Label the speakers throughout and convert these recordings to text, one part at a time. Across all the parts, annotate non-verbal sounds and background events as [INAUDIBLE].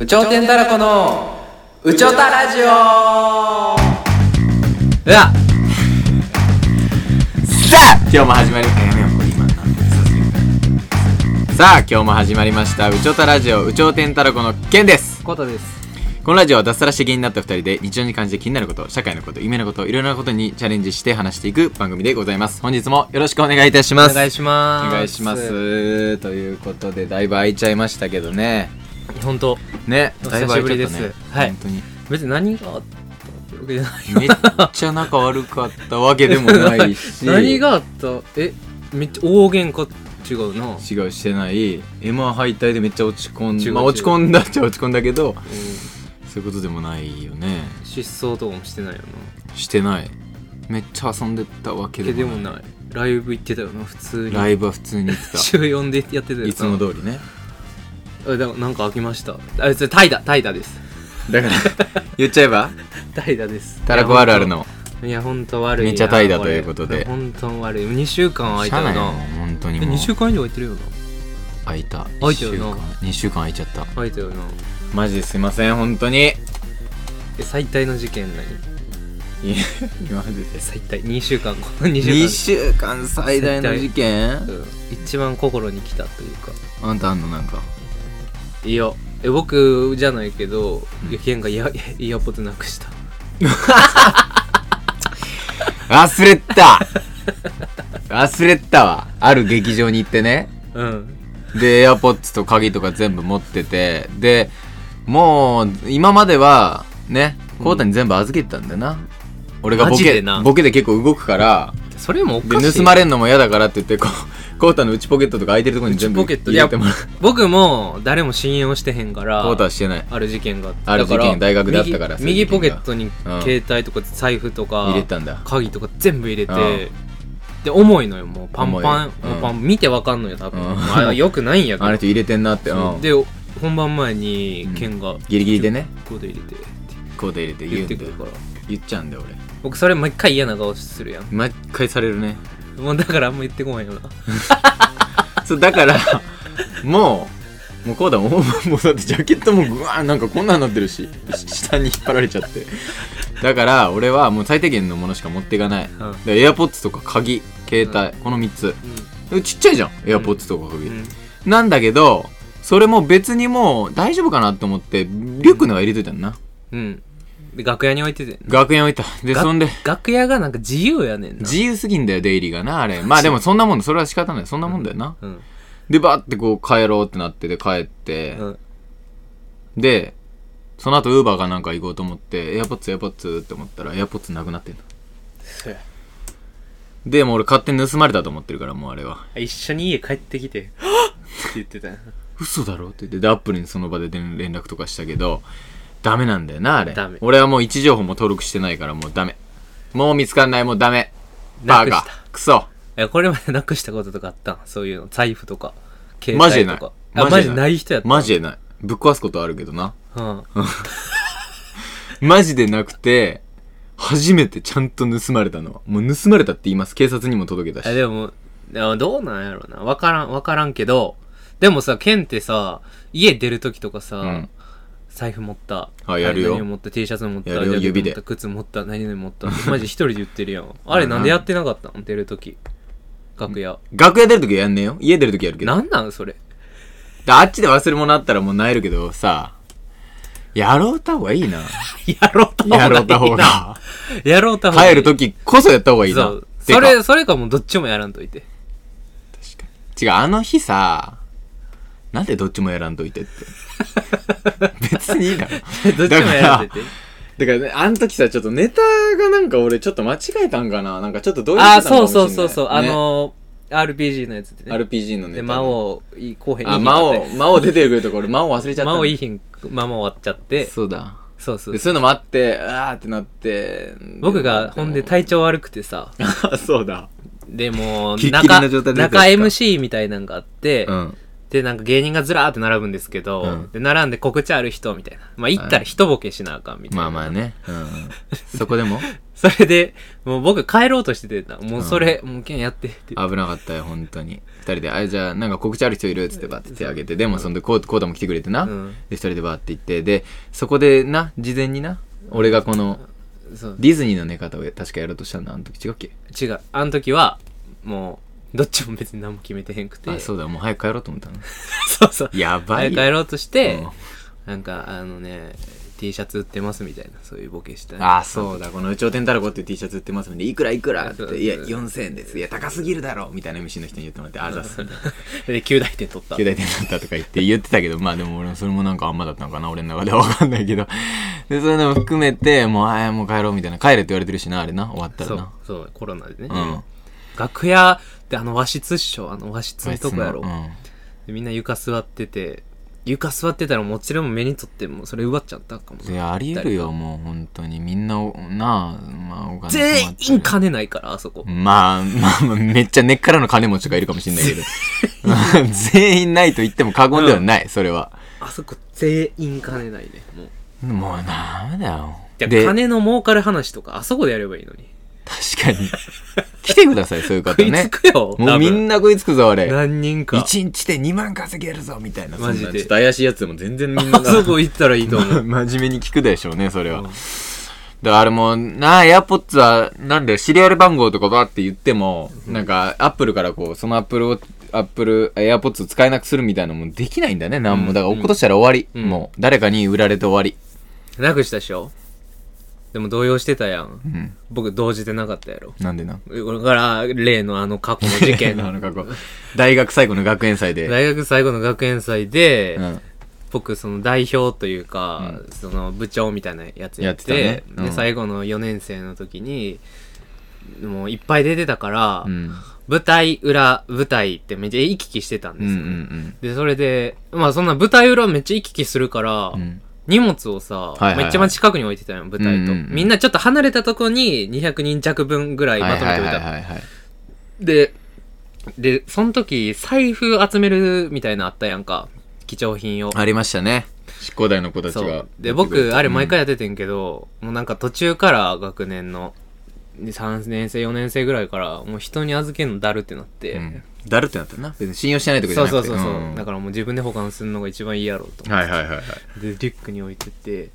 Speaker 1: 宇頂天たらこの宇宙たラジオうわ
Speaker 2: さあ今日も始まりあやめようこれ今なんでさすがにさあ今日も始まりました「うちょたラジオうちょうてんたらこ」のケンです
Speaker 1: コートです
Speaker 2: このラジオは脱サラして芸人になった2人で日常に感じて気になること社会のこと夢のこといろんなことにチャレンジして話していく番組でございます本日もよろしくお願いいたし
Speaker 1: お
Speaker 2: ます
Speaker 1: 願いします
Speaker 2: お願いしますということでだいぶ空いちゃいましたけどね
Speaker 1: 本当
Speaker 2: ね
Speaker 1: お
Speaker 2: だいぶ空いちゃったね
Speaker 1: 久しぶりですはい
Speaker 2: 本当に
Speaker 1: 別に何があったわけじゃない
Speaker 2: めっちゃ仲悪かったわけでもないし
Speaker 1: [LAUGHS] 何があったえめっちゃ大喧嘩違うな、
Speaker 2: 違うしてない m 1敗退でめっちゃ落ち込ん
Speaker 1: 違う
Speaker 2: まあ、
Speaker 1: 違う
Speaker 2: 落ち込んだっちゃ落ち込んだけどそういうことでもないよね
Speaker 1: 失踪とかもしてないよな
Speaker 2: してないめっちゃ遊んでたわけ
Speaker 1: け
Speaker 2: で
Speaker 1: で
Speaker 2: も
Speaker 1: も
Speaker 2: ない
Speaker 1: ないライブ行ってたよな普通に
Speaker 2: ライブは普通に行って
Speaker 1: [LAUGHS] 週4でやってたよ
Speaker 2: た
Speaker 1: ない
Speaker 2: つも通りね
Speaker 1: あでもなんか開きましたあそれ怠惰怠惰です
Speaker 2: だから [LAUGHS] 言っちゃえば
Speaker 1: 怠惰です
Speaker 2: たらこあるあるの
Speaker 1: いや本当悪いな
Speaker 2: めちゃ怠惰ということで
Speaker 1: 本当悪い2週間空い
Speaker 2: したゃ
Speaker 1: よ
Speaker 2: ない
Speaker 1: な
Speaker 2: の本当に
Speaker 1: え
Speaker 2: もう
Speaker 1: 2週間以上空いてるよな
Speaker 2: 空いた
Speaker 1: 空いたよな
Speaker 2: 2週間空いちゃった
Speaker 1: 空いたよな
Speaker 2: マジですいません本当に
Speaker 1: え最大の事件何
Speaker 2: いや今までで
Speaker 1: 最大2週間こ [LAUGHS] の2
Speaker 2: 2
Speaker 1: 週
Speaker 2: 週間最大の事件
Speaker 1: 間、うん一番心に来たというか
Speaker 2: あんたあんのなんか
Speaker 1: いやえ僕じゃないけどケンがイ
Speaker 2: [LAUGHS]
Speaker 1: ヤイヤポッドなくした
Speaker 2: 忘れてた忘れてたわある劇場に行ってね
Speaker 1: うん
Speaker 2: でエアポッツと鍵とか全部持っててでもう今まではねコウタに全部預けてたんだよな、俺がボ
Speaker 1: マジで
Speaker 2: ケ
Speaker 1: な
Speaker 2: ボケで結構動くから
Speaker 1: それもお
Speaker 2: で
Speaker 1: かしい
Speaker 2: 盗まれんのも嫌だからって言ってこうコウタの内ポケットとか空いてるところに全部
Speaker 1: 内ポケット
Speaker 2: 入れてもらう
Speaker 1: 僕も誰も信用してへんから
Speaker 2: コウタはしてない
Speaker 1: ある事件があって
Speaker 2: ある事件
Speaker 1: だら
Speaker 2: 大学であったからそういう
Speaker 1: 右
Speaker 2: 事
Speaker 1: 右
Speaker 2: 件
Speaker 1: ポ
Speaker 2: が
Speaker 1: ケットに携帯とか財布とか
Speaker 2: 入れたんだ
Speaker 1: 鍵とか全部入れて、
Speaker 2: うん
Speaker 1: で重いのよもうパンパ
Speaker 2: 重
Speaker 1: ン、
Speaker 2: いよ
Speaker 1: もうパン見てわかんのよ多分、
Speaker 2: うん
Speaker 1: あれよくないんやけど
Speaker 2: あの人入れてんなって、うん、
Speaker 1: で本番前に
Speaker 2: うん
Speaker 1: 剣が、
Speaker 2: ギリギリでね
Speaker 1: こうで入れてって
Speaker 2: コウタ入れて言う
Speaker 1: 言っ
Speaker 2: んだよ
Speaker 1: てくるから
Speaker 2: 言っちゃうんだよ俺
Speaker 1: 僕それ毎回嫌な顔するやん
Speaker 2: 毎回されるね
Speaker 1: もうだからあん [LAUGHS] ま言ってこないよな
Speaker 2: そうだ
Speaker 1: [LAUGHS]
Speaker 2: からもうもうこうだもうもうだってジャケットもぐわーなんかこんなんなってるしし下に引っ張られちゃってだから俺はもう最低限のものしか持っていかない、
Speaker 1: ん
Speaker 2: でエアポッツとか鍵携帯、この3つでちっちゃいじゃんエアポッツとか
Speaker 1: う
Speaker 2: 鍵、
Speaker 1: ん、うん
Speaker 2: なんだけどそれも別にもう大丈夫かなと思ってリュックの中入れといたんな、
Speaker 1: うん、で楽屋に置いてて
Speaker 2: 学園置いたで
Speaker 1: が
Speaker 2: そんで
Speaker 1: 楽屋がなんか自由やねんな
Speaker 2: 自由すぎんだよ出入りがなあれまあでもそんなもんだそれは仕方ないそんなもんだよな、
Speaker 1: うん
Speaker 2: でバーってこう帰ろうってなってで帰って、
Speaker 1: うん
Speaker 2: でその後ウーバーかなんか行こうと思ってエアポッツエアポッツって思ったらエアポッツなくなってんの
Speaker 1: そうや
Speaker 2: でもう俺勝手に盗まれたと思ってるからもうあれは
Speaker 1: 一緒に家帰ってきて「はっ!」って言ってたよ
Speaker 2: 嘘だろって言ってでアップルにその場で連連絡とかしたけどダメなんだよなあれ
Speaker 1: ダメ
Speaker 2: 俺はもう位置情報も登録してないからもうダメもう見つかんないもうダメバ
Speaker 1: なく
Speaker 2: ー
Speaker 1: した
Speaker 2: カクソ
Speaker 1: えこれまでなくしたこととかあったんそういうの財布とか携
Speaker 2: マジで
Speaker 1: 帯
Speaker 2: ない
Speaker 1: とかあマジでない人やった、
Speaker 2: マジでないぶっ壊すことはあるけどな
Speaker 1: うん、
Speaker 2: マジでなくて初めてちゃんと盗まれたのはもう盗まれたって言います警察にも届けた
Speaker 1: え
Speaker 2: し
Speaker 1: でもでもどうなんやろなわからんわからんけどでもさケンってさ家出るときとかさ、
Speaker 2: うん
Speaker 1: 財布持った
Speaker 2: あやるよ
Speaker 1: 何々持った T シャツ持った
Speaker 2: やるよ
Speaker 1: ジャケッ
Speaker 2: 指
Speaker 1: ト持
Speaker 2: で
Speaker 1: った靴持った何々持ったマジ一人で言ってるやんあれなんでやってなかったん出るとき楽屋
Speaker 2: 楽屋出るときはやんねえよ家出るときやるけど
Speaker 1: なんなんそれ
Speaker 2: であっちで忘れ物あったらもう萎えるけどさ、やろうた方がいいな。
Speaker 1: やろうと
Speaker 2: やろうた方が。
Speaker 1: [LAUGHS] やろうた方が
Speaker 2: 帰るときこそやった方がいい
Speaker 1: そ
Speaker 2: な。
Speaker 1: う
Speaker 2: てか
Speaker 1: それそれかもうどっちもやらんといて [LAUGHS]
Speaker 2: 違う、あの日さ、なんでどっちもやらんといて [LAUGHS] って。別にいいだろ。
Speaker 1: どっちもやらんといて
Speaker 2: だからね、あの時さ、ちょっとネタがなんか俺ちょっと間違えたんかな。なんかちょっとどういう
Speaker 1: ああ、そうそうそうそう。あ、のー、RPG のやつでね。
Speaker 2: RPG のネ
Speaker 1: で、
Speaker 2: タ。
Speaker 1: 魔。王、いい後編に。
Speaker 2: あ、魔王、魔王出てくるとこ俺魔王忘れちゃった。
Speaker 1: 魔王いい。品、魔王終わっちゃって。
Speaker 2: そうだ。
Speaker 1: そうそう
Speaker 2: でそういうのもあって、あーってなって。
Speaker 1: 僕が、ほんで体調悪くてさ、
Speaker 2: あ [LAUGHS] そうだ。
Speaker 1: [LAUGHS] でも、
Speaker 2: キリキ
Speaker 1: 中
Speaker 2: リな状態で出た
Speaker 1: 中
Speaker 2: やつか
Speaker 1: MC みたいなんがあって、
Speaker 2: うん。
Speaker 1: で、なんか芸人がずらーって並ぶんですけど、
Speaker 2: うん
Speaker 1: で、並んで告知ある人みたいな。まあ、行ったら一ボケしなあかんみたいな。 [LAUGHS]
Speaker 2: まあまあね。うん。そこでも
Speaker 1: それで、もう僕帰ろうとしててた。もうそれ、もうケンやってって。
Speaker 2: 危なかったよ、本当に。二人で、あ、じゃあ、なんか告知ある人いるっつってバーって手挙げて、でも、そんで、こう、こうだも来てくれてな。
Speaker 1: うん
Speaker 2: で、二人でバーって行って、で、そこでな、事前にな、俺がこの、
Speaker 1: そう。
Speaker 2: ディズニーの寝方を確かやろうとしたの、あの時違うっけ
Speaker 1: 違う。あの時は、もう、どっちも別に何も決めてへんくて。
Speaker 2: あ、そうだ、もう早く帰ろうと思ったの。
Speaker 1: [LAUGHS] そうそう。
Speaker 2: やば
Speaker 1: 早
Speaker 2: い
Speaker 1: く
Speaker 2: よ。
Speaker 1: 帰ろうとして、
Speaker 2: うん
Speaker 1: なんか、あのね、T シャツ売ってますみたいな、そういうボケした、
Speaker 2: あ、そうだ、この、有頂天太郎っていう T シャツ売ってますので、いくらいくらって言って、いや、
Speaker 1: そう
Speaker 2: 4000円です。いや、高すぎるだろみたいな MC の人に言ってもらって、あ、ざっす。
Speaker 1: [LAUGHS] で、9大点取った
Speaker 2: 九。大点だったとか言って言ってたけど、まあでも俺もそれもなんかあんまだったのかな、俺の中ではわかんないけど。 [LAUGHS] で、そういうのも含めて、もう、ああ、もう帰ろうみたいな。帰れって言われてるしな、あれな、終わった
Speaker 1: そ
Speaker 2: ら
Speaker 1: う
Speaker 2: な。、
Speaker 1: そう、コロナでね。
Speaker 2: うん。
Speaker 1: 楽屋ってあの和室っしょ、あの和室のとこやろ。
Speaker 2: あいつの
Speaker 1: でみんな床座ってて、床座ってたらもちろん目にとってもうそれ奪っちゃったかも
Speaker 2: うん。。で、あり得るよ、もう、本当に。みんな、おなあ、まあ、お金
Speaker 1: 全
Speaker 2: 困
Speaker 1: 員
Speaker 2: ってる
Speaker 1: 金ないから、あそこ。
Speaker 2: まあ、まあ、まあめっちゃ根っからの金持ちがいるかもしれないけど。 [LAUGHS] 全員ないと言っても過言ではない、それは。
Speaker 1: あそこ全員金ないね。もう。
Speaker 2: もうダメだよ。
Speaker 1: いや
Speaker 2: で、
Speaker 1: 金の儲かる話とか、あそこでやればいいのに。
Speaker 2: 確かに。来てください、そういう方
Speaker 1: 食いつ
Speaker 2: ね。
Speaker 1: くよ、
Speaker 2: もうみんな
Speaker 1: な。
Speaker 2: 食いつくぞ、あれ。
Speaker 1: 何人か。
Speaker 2: 一日で2万稼げるぞみたいな
Speaker 1: マジで
Speaker 2: そんなちょっと怪しいやつでも全然みんな
Speaker 1: あ
Speaker 2: が
Speaker 1: そこ行ったらいいと思
Speaker 2: [LAUGHS]
Speaker 1: う。
Speaker 2: 真面目に聞くでしょうねそれは、
Speaker 1: うん
Speaker 2: だからあれもなあエアポッツはなんだよシリアル番号とかばって言っても、なんかアップルからこうそのアップルをアップルエアポッツを使えなくするみたいなのもできないんだねなんもだから落っことしたら終わり、
Speaker 1: うん
Speaker 2: もう誰かに売られて終わり
Speaker 1: なくしたでしょでも動揺してたやん。
Speaker 2: うん
Speaker 1: 僕動じてなかったやろ。
Speaker 2: なんでな
Speaker 1: これから、例のあの過去の
Speaker 2: [LAUGHS]
Speaker 1: 事件。
Speaker 2: あの過去大学最後の学園祭で、
Speaker 1: 大学最後の学園祭で、
Speaker 2: うん
Speaker 1: 僕その代表というか、その部長みたいなやつや
Speaker 2: やっ
Speaker 1: って
Speaker 2: てたねうん
Speaker 1: で最後の4年生の時にもういっぱい出てたから、
Speaker 2: うん、
Speaker 1: 舞台裏舞台ってめっちゃ行き来してたん
Speaker 2: うんう
Speaker 1: で
Speaker 2: ん
Speaker 1: すよ、でそれでまあそんな舞台裏めっちゃ行き来するから、
Speaker 2: うんうん
Speaker 1: 荷物をさ、
Speaker 2: いはいはい
Speaker 1: めっちゃ真近くに置いてたよ舞台と、
Speaker 2: うんうんうん
Speaker 1: みんなちょっと離れたとこに200人弱分ぐらいまとめておいたの、
Speaker 2: いはい
Speaker 1: で、で、その時、財布集めるみたいなのあったやんか。貴重品を。
Speaker 2: ありましたね執行代の子たち
Speaker 1: そ
Speaker 2: が
Speaker 1: う。で、僕、あれ毎回やっててんけど、もうなんか途中から学年の、3年生、4年生ぐらいから、もう人に預けるのだるってなって。
Speaker 2: うん、だるってなったな別に信用してないとかじゃ
Speaker 1: そ
Speaker 2: な
Speaker 1: う
Speaker 2: く
Speaker 1: そ
Speaker 2: て
Speaker 1: うそうそう、
Speaker 2: ん
Speaker 1: だからもう自分で保管するのが一番いいやろうと。
Speaker 2: はいはいはいはい
Speaker 1: で、リュックに置いてて、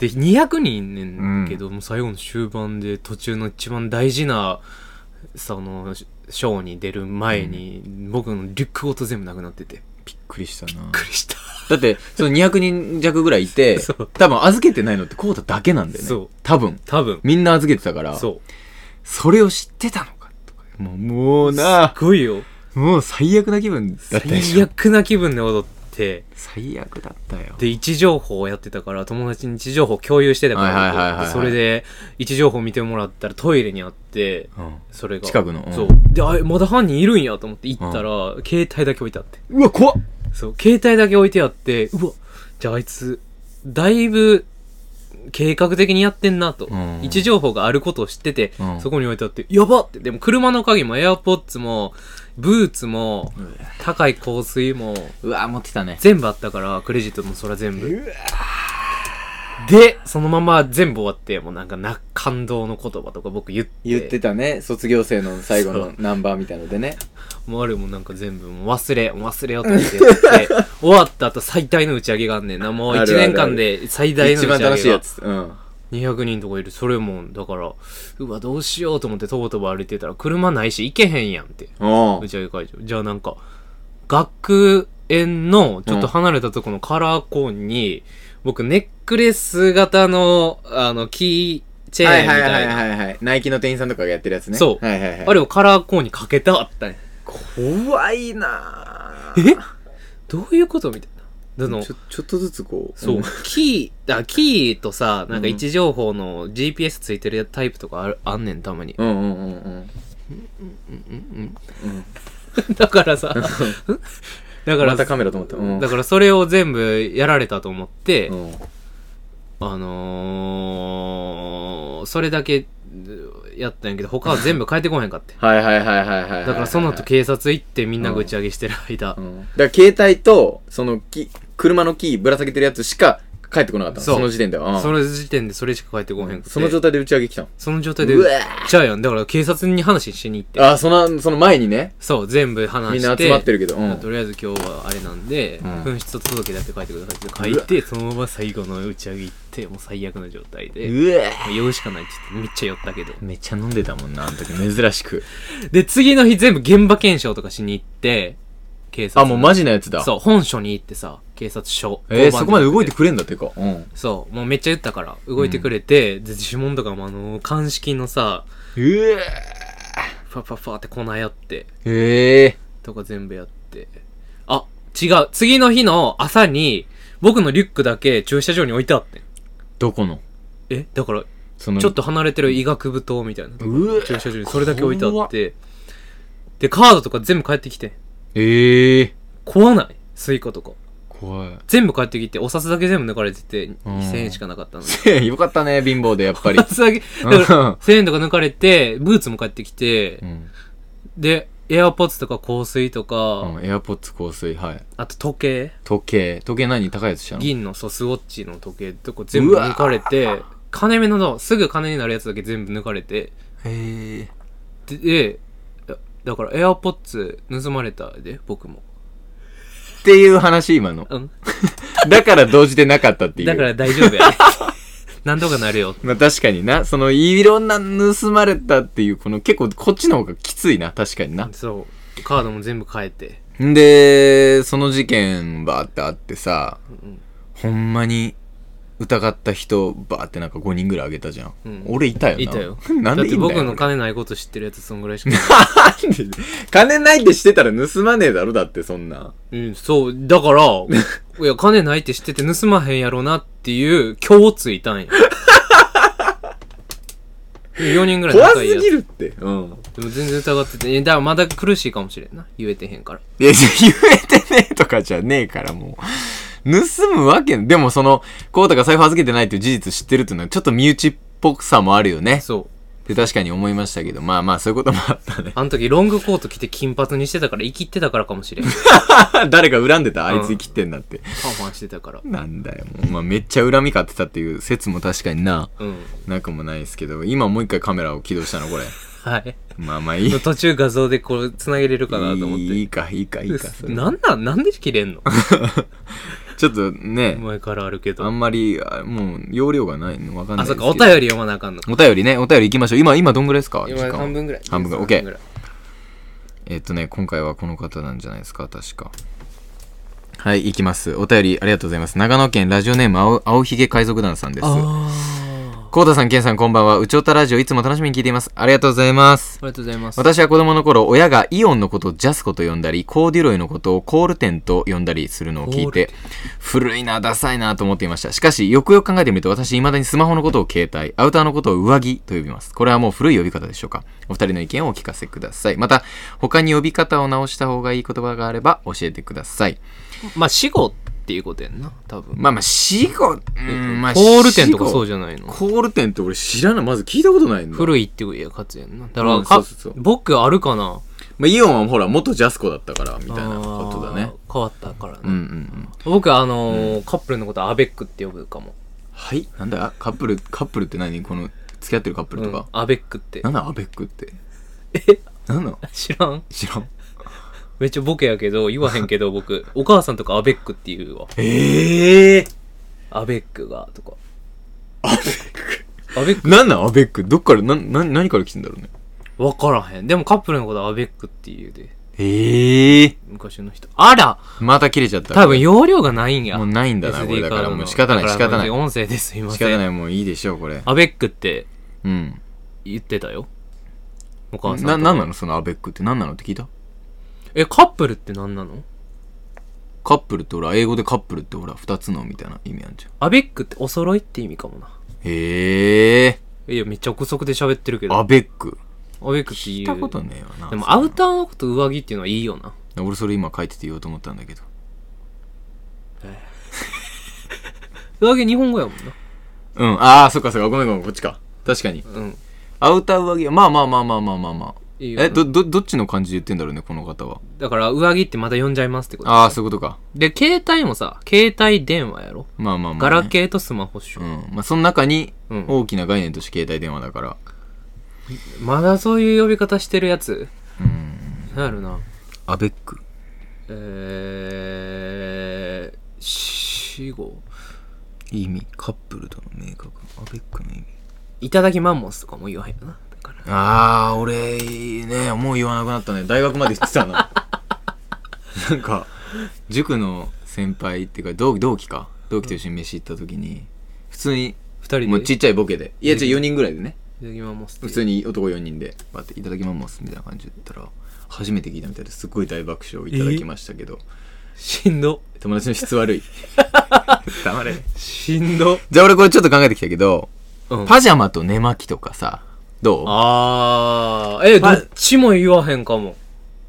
Speaker 1: で、200人いんねんけど、もう最後の終盤で途中の一番大事な、その、ショーに出る前に、僕のリュックごと全部なくなってて。
Speaker 2: びっくりしたな
Speaker 1: びっくりした。
Speaker 2: だってその200人弱ぐらいいて
Speaker 1: そう
Speaker 2: 多分預けてないのってコウタだけなんだよね
Speaker 1: そう
Speaker 2: 多分
Speaker 1: 多分。
Speaker 2: みんな預けてたから
Speaker 1: そ
Speaker 2: それを知ってたのかとかもうもう
Speaker 1: う。
Speaker 2: な
Speaker 1: すごいよ。
Speaker 2: もう最悪な気分だったでし
Speaker 1: 最
Speaker 2: ょ
Speaker 1: 悪な気分で踊って、
Speaker 2: 最悪だったよ
Speaker 1: で、位置情報をやってたから、友達に位置情報共有してたから、
Speaker 2: はいはいはいはいはい
Speaker 1: でそれで、位置情報見てもらったらトイレにあって、
Speaker 2: うん
Speaker 1: それが。
Speaker 2: 近くのうん
Speaker 1: そう。で、あ、まだ犯人いるんやと思って行ったら、携帯だけ置いてあって。
Speaker 2: うわ怖っ
Speaker 1: そう、携帯だけ置いてあって、うわ、じゃああいつ、だいぶ、計画的にやってんなと。
Speaker 2: うん
Speaker 1: 位置情報があることを知ってて、
Speaker 2: うん
Speaker 1: そこに置いてあって、やばって。でも車の鍵も AirPods も、ブーツも、高い香水も、
Speaker 2: うわ持ってたね
Speaker 1: 全部あったから、クレジットもそら全部。
Speaker 2: うわ
Speaker 1: で、そのまま全部終わって、もうなんかな、感動の言葉とか僕言って、
Speaker 2: 言ってたね卒業生の最後
Speaker 1: そ
Speaker 2: の
Speaker 1: う
Speaker 2: ナンバーみたいのでね
Speaker 1: もうあれもなんか全部もう忘れ、もう忘れようと思ってや
Speaker 2: [LAUGHS]
Speaker 1: って、終わった後最大の打ち上げがあんねんな。もう
Speaker 2: あるあ
Speaker 1: 1
Speaker 2: るある
Speaker 1: 年間で最大の打ち
Speaker 2: 一
Speaker 1: 上げ
Speaker 2: 番
Speaker 1: が。
Speaker 2: 楽しいやつうん
Speaker 1: 200人とかいる。それも、だから、うわ、どうしようと思ってとぼとぼ歩いてたら、車ないし行けへんやんって。
Speaker 2: お
Speaker 1: 打ち上げ会場。じゃあなんか、学園のちょっと離れたところのカラーコーンに、僕ネックレス型の、あの、キーチェーンみたいな。
Speaker 2: はいはいはいはいはい。ナイキの店員さんとかがやってるやつね。
Speaker 1: そう
Speaker 2: はいはいはい。
Speaker 1: あれをカラーコーンにかけてあったんや
Speaker 2: 怖いなぁ
Speaker 1: えどういうことみたいな。その
Speaker 2: ちょ、ちょっとずつこう。
Speaker 1: そう。キー、だキーとさ、なんか
Speaker 2: うん
Speaker 1: 位置情報の GPS ついてるタイプとかあるあんねん、たまに。
Speaker 2: うん。うんうんうんうん。
Speaker 1: [LAUGHS] だからさ、 [LAUGHS] だか
Speaker 2: ま
Speaker 1: ら、
Speaker 2: たカメラと思った。うん。
Speaker 1: だからそれを全部やられたと思って、
Speaker 2: うん。
Speaker 1: あのー、それだけやったんやけど、他は全部変えてこへんかって
Speaker 2: [LAUGHS] はいはいはいはいはいはい。
Speaker 1: だからその後
Speaker 2: 時。
Speaker 1: 警察行ってみんなが打ち上げしてる間
Speaker 2: う、ん。だから携帯と、その、き、車のキーぶら下げてるやつしか帰ってこなかったの
Speaker 1: そ
Speaker 2: そうの時点では。うん
Speaker 1: その時点でそれしか帰ってこへんくて
Speaker 2: その状態で打ち上げ来たの。
Speaker 1: その状態で
Speaker 2: うわ
Speaker 1: ちゃうやんだから警察に話しに行って
Speaker 2: あー、その、その前にね、
Speaker 1: そう全部話
Speaker 2: みん
Speaker 1: して
Speaker 2: な集まってるけど。うん。
Speaker 1: とりあえず今日はあれなんで、
Speaker 2: ん
Speaker 1: 紛失届だけ書いてくださいって書いてそのまま最後の打ち上げ行ってもう最悪の状態で
Speaker 2: うわ
Speaker 1: 酔うしかないって言ってめっちゃ酔ったけど
Speaker 2: めっちゃ飲んでたもんな、あの時。珍しく。
Speaker 1: で次の日全部現場検証とかしに行って警察
Speaker 2: あ、もうマジなやつだ。
Speaker 1: そう本署に行ってさ警察署
Speaker 2: えー、そこまで動いて
Speaker 1: く
Speaker 2: くれんだってか。うん。
Speaker 1: そうもうめっちゃ言ったから動いてくれて、で指紋とかもあの鑑識のさ
Speaker 2: うわ
Speaker 1: ファファファってこなやって
Speaker 2: ええ
Speaker 1: とか全部やって。あ、違う。次の日の朝に、僕のリュックだけ駐車場に置いてあってん。
Speaker 2: どこの
Speaker 1: え、だから、
Speaker 2: その、
Speaker 1: ちょっと離れてる医学部棟みたいな。
Speaker 2: うわ
Speaker 1: 駐車場にそれだけ置いてあって。で、カードとか全部返ってきてん。
Speaker 2: ええ
Speaker 1: 怖ないスイカとか。
Speaker 2: 怖い。
Speaker 1: 全部返ってきて、お札だけ全部抜かれてて、
Speaker 2: ん
Speaker 1: 2000円しかなかったの
Speaker 2: [LAUGHS]
Speaker 1: に。
Speaker 2: よかったね、貧乏で、やっぱり [LAUGHS]
Speaker 1: お。札だけ、だから、1000円とか抜かれて、ブーツも返ってきて
Speaker 2: う、ん。
Speaker 1: で、エアポッツとか香水とか、
Speaker 2: うん、エアポッツ香水、はい。
Speaker 1: あと時計
Speaker 2: 時計。時計何高いやつしたの
Speaker 1: 銀のそうスウォッチの時計とか全部抜かれて金目ののすぐ金になるやつだけ全部抜かれて
Speaker 2: へえ。
Speaker 1: ででだだからエアポッツ盗まれたで僕も
Speaker 2: っていう話、今の。
Speaker 1: うん
Speaker 2: だから同時でなかったっていう。
Speaker 1: だから大丈夫や [LAUGHS] ねなんとかなるよ
Speaker 2: まあ確かにな、そのいろんな盗まれたっていう、この結構こっちの方がきついな、確かにな。
Speaker 1: そうカードも全部変えて
Speaker 2: んで、その事件バーってあってさ、
Speaker 1: ん
Speaker 2: ほんまに疑った人バーってなんか5人ぐらいあげたじゃん。
Speaker 1: うん
Speaker 2: 俺いたよな。
Speaker 1: いたよ
Speaker 2: [LAUGHS] なんでいいんだよ
Speaker 1: だって僕の
Speaker 2: 俺
Speaker 1: 金ないこと知ってるやつそんぐらいしかない
Speaker 2: なんで [LAUGHS] 金ないってしてたら盗まねえだろ、だってそんな。
Speaker 1: うんそうだから
Speaker 2: [LAUGHS]
Speaker 1: いや金ないって知ってて盗まへんやろなっていう今日ついたんや4人ぐらい
Speaker 2: 怖
Speaker 1: 仲
Speaker 2: す
Speaker 1: いいやつ
Speaker 2: ぎるって。うん。
Speaker 1: でも全然疑ってて、えだからまだ苦しいかもしれんな。言えてへんから。
Speaker 2: いや、じゃ言えてねえとかじゃねえから、もう。盗むわけ、でもその、コウタが財布預けてないっていう事実知ってるっていうのは、ちょっと身内っぽさもあるよね。
Speaker 1: そう。
Speaker 2: って確かに思いましたけど、まあまあ、そういうこともあったね。 [LAUGHS]
Speaker 1: あの時ロングコート着て金髪にしてたから、生きてたからかもしれ
Speaker 2: [LAUGHS]
Speaker 1: ん。パ
Speaker 2: 誰か恨んでたあいつ生きてんだって。
Speaker 1: ンパンしてたから。
Speaker 2: なんだよ、もう。まあ、めっちゃ恨み買ってたっていう説も確かにな、
Speaker 1: うん。
Speaker 2: なくもないですけど、今もう一回カメラを起動したの、
Speaker 1: [LAUGHS]
Speaker 2: これ。
Speaker 1: はい。
Speaker 2: まあまあいい。
Speaker 1: 途中画像でこう、繋げれるかなと思って。
Speaker 2: いいか、いいか、いいか、それ。
Speaker 1: なんなんなんで切れ
Speaker 2: [LAUGHS]
Speaker 1: んの
Speaker 2: ちょっとね、
Speaker 1: 前からある
Speaker 2: あ
Speaker 1: けど。
Speaker 2: んまり、あもう、容量がないのわかんな
Speaker 1: あ、
Speaker 2: い
Speaker 1: そ
Speaker 2: で
Speaker 1: っ
Speaker 2: す
Speaker 1: か、
Speaker 2: け
Speaker 1: お
Speaker 2: ど。
Speaker 1: 便り読まなあかんのか。
Speaker 2: お便りね、お便り行きましょう。今、今どんぐらいですか時間は
Speaker 1: 分ぐらい
Speaker 2: 半分ぐらい OK
Speaker 1: 半分ぐ
Speaker 2: えっとね、今回はこの方なんじゃないですか、確か。はい、行きます。お便りありがとうございます。長野県ラジオネーム青青ひげ海賊団さんです。
Speaker 1: ああ。
Speaker 2: コウタさん、ケンさん、こんばんは。うちおたラジオいつも楽しみに聞いています。ありがとうございます。
Speaker 1: ありがとうございます。
Speaker 2: 私は子供の頃、親がイオンのことをジャスコと呼んだり、コーデュロイのことをコールテンと呼んだりするのを聞いて、古いな、ダサいなと思っていました。しかし、よくよく考えてみると、私、未だにスマホのことを携帯、アウターのことを上着と呼びます。これはもう古い呼び方でしょうか。お二人の意見をお聞かせください。また、他に呼び方を直した方がいい言葉があれば教えてください。
Speaker 1: まあ、死後っていうことやんな、多分。
Speaker 2: まあまあ、死後、うーん、まあ、
Speaker 1: コール店とか
Speaker 2: 死後
Speaker 1: そうじゃないの
Speaker 2: コールテンって俺知らない。まず聞いたことないんだ。
Speaker 1: 古いっていうやつやんな。だか
Speaker 2: う
Speaker 1: ら
Speaker 2: ん
Speaker 1: か、
Speaker 2: そうそうそう
Speaker 1: 僕あるかな
Speaker 2: まあ、イオンはほら、元ジャスコだったから、みたいなことだね。
Speaker 1: あー変わったからね、
Speaker 2: うんうんうん。
Speaker 1: 僕あのーカップルのことはアベックって呼ぶかも、
Speaker 2: はいなんだカップル、カップルって何この、付き合ってるカップルと
Speaker 1: うん
Speaker 2: か。
Speaker 1: アベックって
Speaker 2: なんだアベックって。えなんだ
Speaker 1: [LAUGHS] 知らん
Speaker 2: 知らん。
Speaker 1: めっちゃボケやけど言わへんけど僕お母さんとかアベックって言うわ
Speaker 2: ええ
Speaker 1: アベックがとかアベッ
Speaker 2: ー、
Speaker 1: ク
Speaker 2: なんだアベックどっから、なん、な、何から来てんだろうね。
Speaker 1: 分からへんでもカップルのことはアベックって言うで
Speaker 2: ええ
Speaker 1: 昔の人あら
Speaker 2: また切れちゃった。
Speaker 1: 多分容量がないんや
Speaker 2: もうないんだな、こ
Speaker 1: SD
Speaker 2: れ。だか
Speaker 1: カー
Speaker 2: ら
Speaker 1: ド
Speaker 2: もう
Speaker 1: の
Speaker 2: 仕方ない、仕
Speaker 1: だか
Speaker 2: 方
Speaker 1: ら
Speaker 2: ない。
Speaker 1: 音声ですいま
Speaker 2: 仕
Speaker 1: せ
Speaker 2: 方
Speaker 1: ん
Speaker 2: ない、もういいでしょう、これ。
Speaker 1: アベックって
Speaker 2: うん。
Speaker 1: 言ってたよお母さんと
Speaker 2: な、
Speaker 1: か
Speaker 2: なんなのそのアベックって何なのって聞いた
Speaker 1: えカップルって何なの
Speaker 2: カップルってほら、英語でカップルってほら、二つのみたいな意味あるじゃん。
Speaker 1: アベックってお揃いって意味かもな
Speaker 2: ええ
Speaker 1: いや、めっちゃ憶測で喋ってるけ
Speaker 2: ー、
Speaker 1: ど。
Speaker 2: ア
Speaker 1: ア
Speaker 2: ベック。
Speaker 1: ベックってい
Speaker 2: 聞
Speaker 1: う。
Speaker 2: いたことねえわな。
Speaker 1: でも、アウターのこと上着っていうのはいいよな。
Speaker 2: 俺それ今書いてて言おうと思ったんだけど。
Speaker 1: 上着日本語やもんな。
Speaker 2: うん。ああ、そっかそっか。ごめんごめん。こっちか。確かに。
Speaker 1: うん。
Speaker 2: アウター上着は、まあまあまあまあまあまあまあ。
Speaker 1: いいよ
Speaker 2: えどどどっちの感じで言ってんだろうねこの方は
Speaker 1: だから上着ってまた呼んじゃいますってこと
Speaker 2: ああそういうことか
Speaker 1: で携帯もさ携帯電話やろ
Speaker 2: まあまあまあ、
Speaker 1: ガラケーとスマホっしょ、
Speaker 2: うんまあ、その中に
Speaker 1: うん
Speaker 2: 大きな概念として携帯電話だから
Speaker 1: まだそういう呼び方してるやつ
Speaker 2: うん
Speaker 1: なんやろな
Speaker 2: アベック
Speaker 1: えー、死後
Speaker 2: 意味カップルとの明確アベックの意味
Speaker 1: いただきマンモスとかも言わへんよなだから
Speaker 2: ああ俺ねもう言わなくなったね大学まで言ってた [LAUGHS] ななんか塾の先輩っていうか同同期か同期と一緒に飯行った時に普通に
Speaker 1: 二人で
Speaker 2: もうち
Speaker 1: い
Speaker 2: っちゃいボケでいや違う4人ぐらいでね
Speaker 1: ただきマンモスって
Speaker 2: 普通に男4人で「待っていただきます」みたいな感じで言ったら初めて聞いたみたいですごい大爆笑をいただきましたけど
Speaker 1: しんど
Speaker 2: 友達の質悪い [LAUGHS] 黙れ
Speaker 1: しんど、
Speaker 2: じゃあ俺これちょっと考えてきたけど
Speaker 1: うん、
Speaker 2: パジャマと寝巻きとかさどう
Speaker 1: あーえど
Speaker 2: パ
Speaker 1: っちも言わへんかも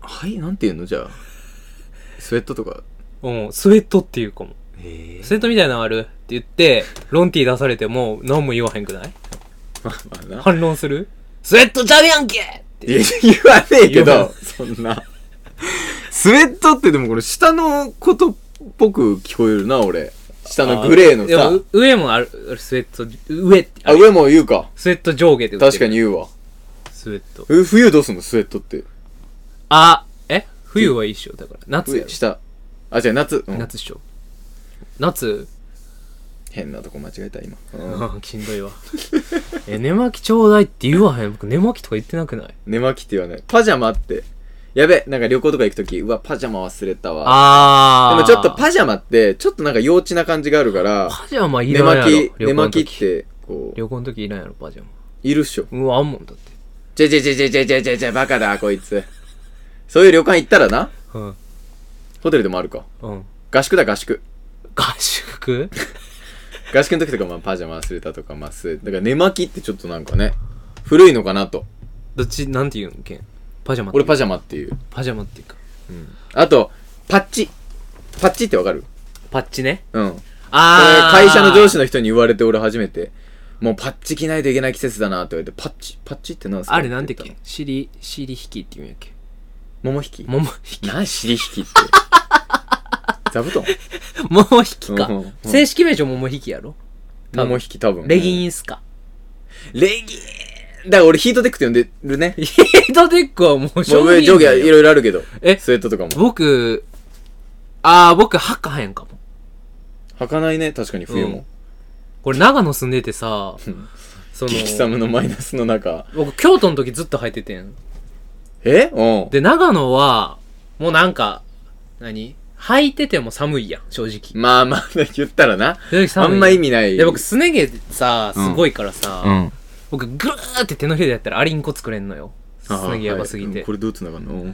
Speaker 2: はいなんて言うのじゃあスウェットとか
Speaker 1: うんスウェットっていうかも
Speaker 2: え
Speaker 1: スウェットみたいなのあるって言ってロンティー出されても何も言わへんくない
Speaker 2: まあまあな
Speaker 1: 反論するスウェットちゃうやんけって
Speaker 2: いや言わねえけ
Speaker 1: 言わ
Speaker 2: ど
Speaker 1: な
Speaker 2: そんなスウェットってでもこれ下のことっぽく聞こえるな俺下のグレーの
Speaker 1: で
Speaker 2: さ
Speaker 1: も上もあるスウェット上って
Speaker 2: あ上も言うか
Speaker 1: スウェット上下って言ってる
Speaker 2: 確かに言うわ
Speaker 1: スウェット
Speaker 2: え冬どうすんのスウェットって
Speaker 1: あえ冬はいいっしょだから夏
Speaker 2: 上
Speaker 1: やろ
Speaker 2: 下あ違う夏、うん、
Speaker 1: 夏っしょ夏
Speaker 2: 変なとこ間違えた今、うん
Speaker 1: うんしんどいわ [LAUGHS] え寝巻きちょうだいって言わへん僕寝巻きとか言ってなくない
Speaker 2: 寝巻きって言わないパジャマってやべなんか旅行とか行く時うわパジャマ忘れたわ
Speaker 1: あ
Speaker 2: で
Speaker 1: ー
Speaker 2: もちょっとパジャマってちょっとなんか幼稚な感じがあるから
Speaker 1: パジャマい
Speaker 2: 寝
Speaker 1: らんやろ
Speaker 2: 巻き
Speaker 1: 旅行
Speaker 2: 寝
Speaker 1: の時
Speaker 2: 巻きってこう
Speaker 1: 旅行の時いらんやろパジャマ
Speaker 2: いるっしょ
Speaker 1: うわあんもんだって
Speaker 2: ちょいちょいちょいちょいちょいちょいちょいバカだこいつそういう旅館行ったらな
Speaker 1: うん
Speaker 2: ホテルでもあるか
Speaker 1: うん
Speaker 2: 合宿だ合宿
Speaker 1: 合宿 [LAUGHS]
Speaker 2: 合宿の時とかまあパジャマ忘れたとかまあスウェットだから寝巻きってちょっとなんかね古いのかなと
Speaker 1: どっちなんて言うんけんパジャマ
Speaker 2: 俺パ
Speaker 1: ジ
Speaker 2: ジャマっていう
Speaker 1: パジャマっていうか
Speaker 2: あと、パッチ。パッチってわかる
Speaker 1: パッチね
Speaker 2: うん。これ
Speaker 1: ああ
Speaker 2: 会社の上司の人に言われて俺初めて、もうパッチ着ないといけない季節だなって言われて、パッチパッチって何ですか
Speaker 1: あれなんて
Speaker 2: 言
Speaker 1: 言
Speaker 2: った
Speaker 1: うっ
Speaker 2: の
Speaker 1: け尻尻引きって言うんやっけ
Speaker 2: 桃引き。
Speaker 1: もも [LAUGHS]
Speaker 2: 何尻引きって。座布団
Speaker 1: もも引きか、
Speaker 2: うんうん
Speaker 1: 正式名称もも引きやろ多分
Speaker 2: 桃引き多分。
Speaker 1: レギ
Speaker 2: ン。
Speaker 1: ンスか。
Speaker 2: レギンだから俺ヒートテックって呼んでるね。
Speaker 1: ヒートテックはもう
Speaker 2: もう上、上下いろいろあるけど。
Speaker 1: え
Speaker 2: スウェットとかも。
Speaker 1: 僕、あー、僕、はかへんかも。
Speaker 2: 履かないね、確かに冬
Speaker 1: うん
Speaker 2: も。
Speaker 1: これ、長野住んでてさ、そ
Speaker 2: 激寒のマイナスの中。
Speaker 1: 僕、京都の時ずっと履いててん。
Speaker 2: えうん。
Speaker 1: で、長野は、もうなんか、何履いてても寒いやん、正直。
Speaker 2: まあまあ、言ったらな。
Speaker 1: 正直寒
Speaker 2: あ
Speaker 1: いや
Speaker 2: んま意味ない。
Speaker 1: で、僕、すね毛さ、すごいからさ、
Speaker 2: うん。
Speaker 1: 僕、ぐーって手のひらでやったらアリンコ作れんのよ。す
Speaker 2: あー
Speaker 1: ね毛やばすぎ
Speaker 2: はい
Speaker 1: て。
Speaker 2: うんこれどう繋がんの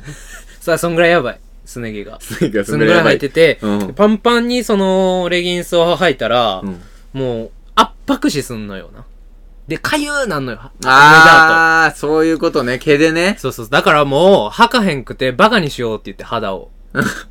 Speaker 1: さあ、そんぐらいやばい。すね毛が。
Speaker 2: すぐ
Speaker 1: そんぐらい履いてて、
Speaker 2: うん
Speaker 1: パンパンにそのレギンスを履いたら、
Speaker 2: うん。
Speaker 1: もう圧迫死すんのよな。で、かゆーなんのよ。脱いだ後
Speaker 2: あー、そういうことね。毛でね。
Speaker 1: そうそう。だからもう、履かへんくて、バカにしようって言って
Speaker 2: [LAUGHS]
Speaker 1: 肌を。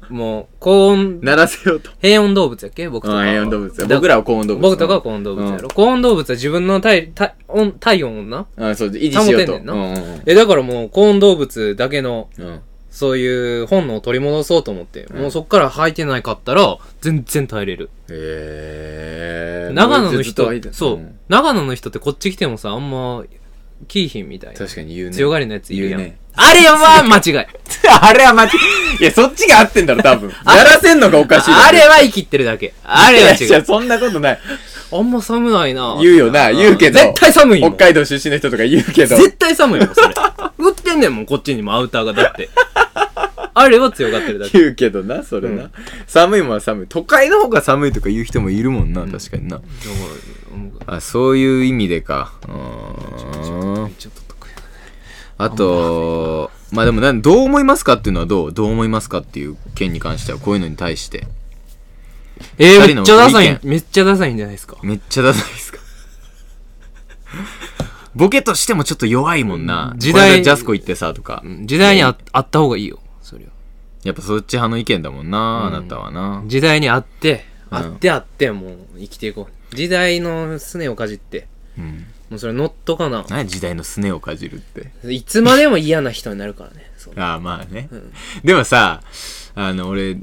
Speaker 1: もう、高温、
Speaker 2: 鳴らせようと。
Speaker 1: 平温動物やっけ僕
Speaker 2: う
Speaker 1: とか
Speaker 2: ん、
Speaker 1: は。
Speaker 2: 平温動物。
Speaker 1: だ
Speaker 2: 僕らは高温動物。
Speaker 1: 僕とかは高温動物やろ。高温動物は自分の体、体温、体温をな。
Speaker 2: うん。うん、そう、維持しようと。
Speaker 1: 保てんねんな
Speaker 2: うんうん
Speaker 1: え、だからもう、高温動物だけの、
Speaker 2: うんうん。
Speaker 1: そういう本能を取り戻そうと思って、
Speaker 2: うん
Speaker 1: もうそっから履いてないかったら、全然耐えれる。
Speaker 2: えー。
Speaker 1: 長野の
Speaker 2: ずっと
Speaker 1: 人
Speaker 2: 空いて、ん
Speaker 1: そう、
Speaker 2: ん
Speaker 1: 長野の人ってこっち来てもさ、あんま、キーひんみたいな。
Speaker 2: 確かに言うね。
Speaker 1: 強がりのやついるやん。
Speaker 2: 言う
Speaker 1: [LAUGHS]
Speaker 2: ね
Speaker 1: あれは間違い。
Speaker 2: あれは間違い。いや、そっちが合ってんだろ、多分。 [LAUGHS] 鳴らせんのがおかしいだろ。
Speaker 1: あれは生きってるだけ。あれ
Speaker 2: や
Speaker 1: はい
Speaker 2: い
Speaker 1: 違
Speaker 2: や
Speaker 1: う。
Speaker 2: そんなことない。
Speaker 1: あんま寒ないな。
Speaker 2: 言うよな、言うけど。
Speaker 1: 絶対寒いよ
Speaker 2: 北。海道出身の人とか言うけど。
Speaker 1: 絶対寒いよ、それ。売ってんねんもん、こっちにもアウターが。だって。あれは強がってる
Speaker 2: [LAUGHS]
Speaker 1: だけ。
Speaker 2: 言うけどな、それな。
Speaker 1: うん
Speaker 2: 寒いもんは寒い。都会の方が寒いとか言う人もいるもんな、
Speaker 1: ん
Speaker 2: 確かにな。
Speaker 1: だから
Speaker 2: あ、そういう意味でか。うー
Speaker 1: うん
Speaker 2: ん。
Speaker 1: ちょっと得意
Speaker 2: あと、まあでもなん、どう思いますかっていうのはどうどう思いますかっていう件に関しては、こういうのに対して。
Speaker 1: え
Speaker 2: 二
Speaker 1: ー、
Speaker 2: 人の
Speaker 1: めっちゃダサ
Speaker 2: 意
Speaker 1: い
Speaker 2: 見、
Speaker 1: めっちゃダサいんじゃないですか。
Speaker 2: めっちゃダサい
Speaker 1: [LAUGHS]
Speaker 2: ですか。ボケとしてもちょっと弱いもんな。
Speaker 1: 時代
Speaker 2: この間ジャスコ行ってさ、とか。
Speaker 1: 時代にああった方がいいよ、それは。
Speaker 2: やっぱそっち派の意見だもんな、
Speaker 1: うん
Speaker 2: あなたはな。
Speaker 1: 時代にあって、
Speaker 2: うん
Speaker 1: あってあって、もう生きていこう。時代のすねをかじって、
Speaker 2: うん。
Speaker 1: もうそれ乗っとかな
Speaker 2: 何や時代のすねをかじるって
Speaker 1: いつまでも嫌な人になるからねそう
Speaker 2: ああまあね、
Speaker 1: うん
Speaker 2: でもさあの俺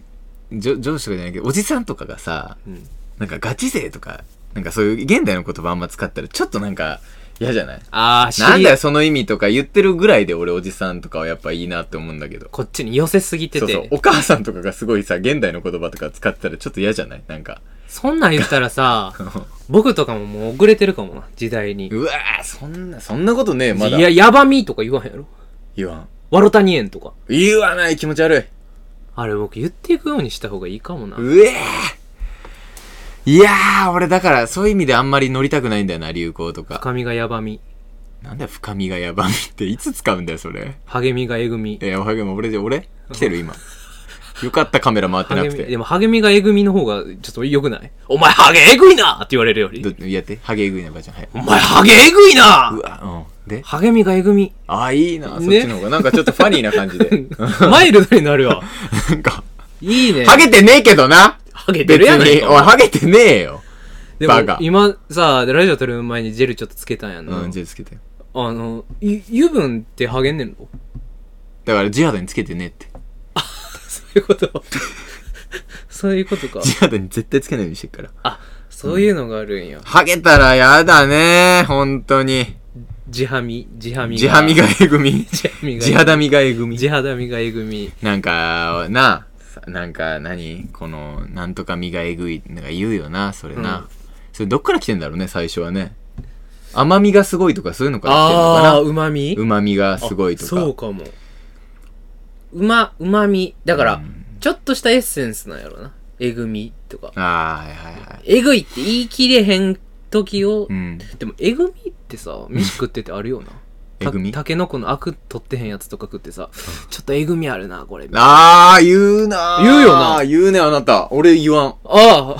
Speaker 2: じょ上司とかじゃないけどおじさんとかがさ
Speaker 1: うん
Speaker 2: なんかガチ勢とかなんかそういう現代の言葉あんま使ったらちょっとなんか嫌じゃない
Speaker 1: ああ
Speaker 2: なんだよその意味とか言ってるぐらいで俺おじさんとかはやっぱいいなって思うんだけど
Speaker 1: こっちに寄せすぎてて
Speaker 2: そうそうお母さんとかがすごいさ現代の言葉とか使ったらちょっと嫌じゃないなんか
Speaker 1: そんなん言った
Speaker 2: [LAUGHS]
Speaker 1: らさ僕とかももう遅れてるかもな時代に、
Speaker 2: うわーそんなそんなことねえまだ
Speaker 1: いやヤバみとか言わへんやろ
Speaker 2: 言わん
Speaker 1: ワロタニエンとか
Speaker 2: 言わない気持ち悪い
Speaker 1: あれ僕言っていくようにした方がいいかもな
Speaker 2: うえーいやー、俺だから、そういう意味であんまり乗りたくないんだよな、流行とか。
Speaker 1: 深みがヤバみ
Speaker 2: なんだよ、深みがやばみって、いつ使うんだよ、それ。
Speaker 1: 励みがえぐみ
Speaker 2: えー、おはげも、俺で、俺来てる、今。よかった、カメラ回ってな
Speaker 1: 励
Speaker 2: く
Speaker 1: み
Speaker 2: て。
Speaker 1: でも励みがえぐみの方がちょっと良くないお前ハゲえぐいなって言われるより
Speaker 2: どやって、ハゲえぐいな、ばあちゃん。はい。
Speaker 1: お前ハゲえぐいうな
Speaker 2: わ、うん。で、
Speaker 1: 励みがえぐみ
Speaker 2: あー、いいな、そっ
Speaker 1: ね
Speaker 2: ちの方が。なんかちょっとファニーな感じで。 [LAUGHS]
Speaker 1: マイルドになるわ
Speaker 2: なんか、
Speaker 1: いいね
Speaker 2: ハゲてねえけどな
Speaker 1: ハゲ
Speaker 2: 別
Speaker 1: てるやない
Speaker 2: に、おい、ハゲてねえよ。
Speaker 1: で
Speaker 2: バ
Speaker 1: も
Speaker 2: カ
Speaker 1: 今さラジオ撮る前にジェルちょっとつけたんやんな、
Speaker 2: うん、じゃあつけて。
Speaker 1: あのい油分ってハゲんねんの [LAUGHS]
Speaker 2: だから、地肌につけてねって。
Speaker 1: そういうこと。そういうことか。
Speaker 2: 地肌に絶対つけないようにしてるから。
Speaker 1: あ、そういうのがあるんや。
Speaker 2: ハゲたらやだね、本当に。
Speaker 1: 地はみ、地はみ。
Speaker 2: 地歯みがえぐみ。
Speaker 1: 地はみが。
Speaker 2: 地肌みがえぐみ。
Speaker 1: 地肌みがえぐみ。
Speaker 2: なんか、な、さなんか何、この、なんとかみがえぐい、なんか言うよな、それな。
Speaker 1: うん
Speaker 2: それどっから来てんだろうね、最初はね。甘みがすごいとかそういうのから来てんのか
Speaker 1: あ
Speaker 2: な
Speaker 1: あ、。うまみ
Speaker 2: うまみがすごいとか。
Speaker 1: そうかも。うま、うまみ。だから、ちょっとしたエッセンスなんやろな。えぐみとか。
Speaker 2: ああ、はいはいはい。
Speaker 1: えぐいって言い切れへん時を、
Speaker 2: うん。
Speaker 1: でもえぐみってさ、飯食っててあるよな。
Speaker 2: えぐみ
Speaker 1: たけのこのアク取ってへんやつとか食ってさ、ちょっとえぐみあるな、これ。あ
Speaker 2: ああ、言うなー
Speaker 1: 言うよな
Speaker 2: 言うね、あなた。俺言わん。
Speaker 1: あ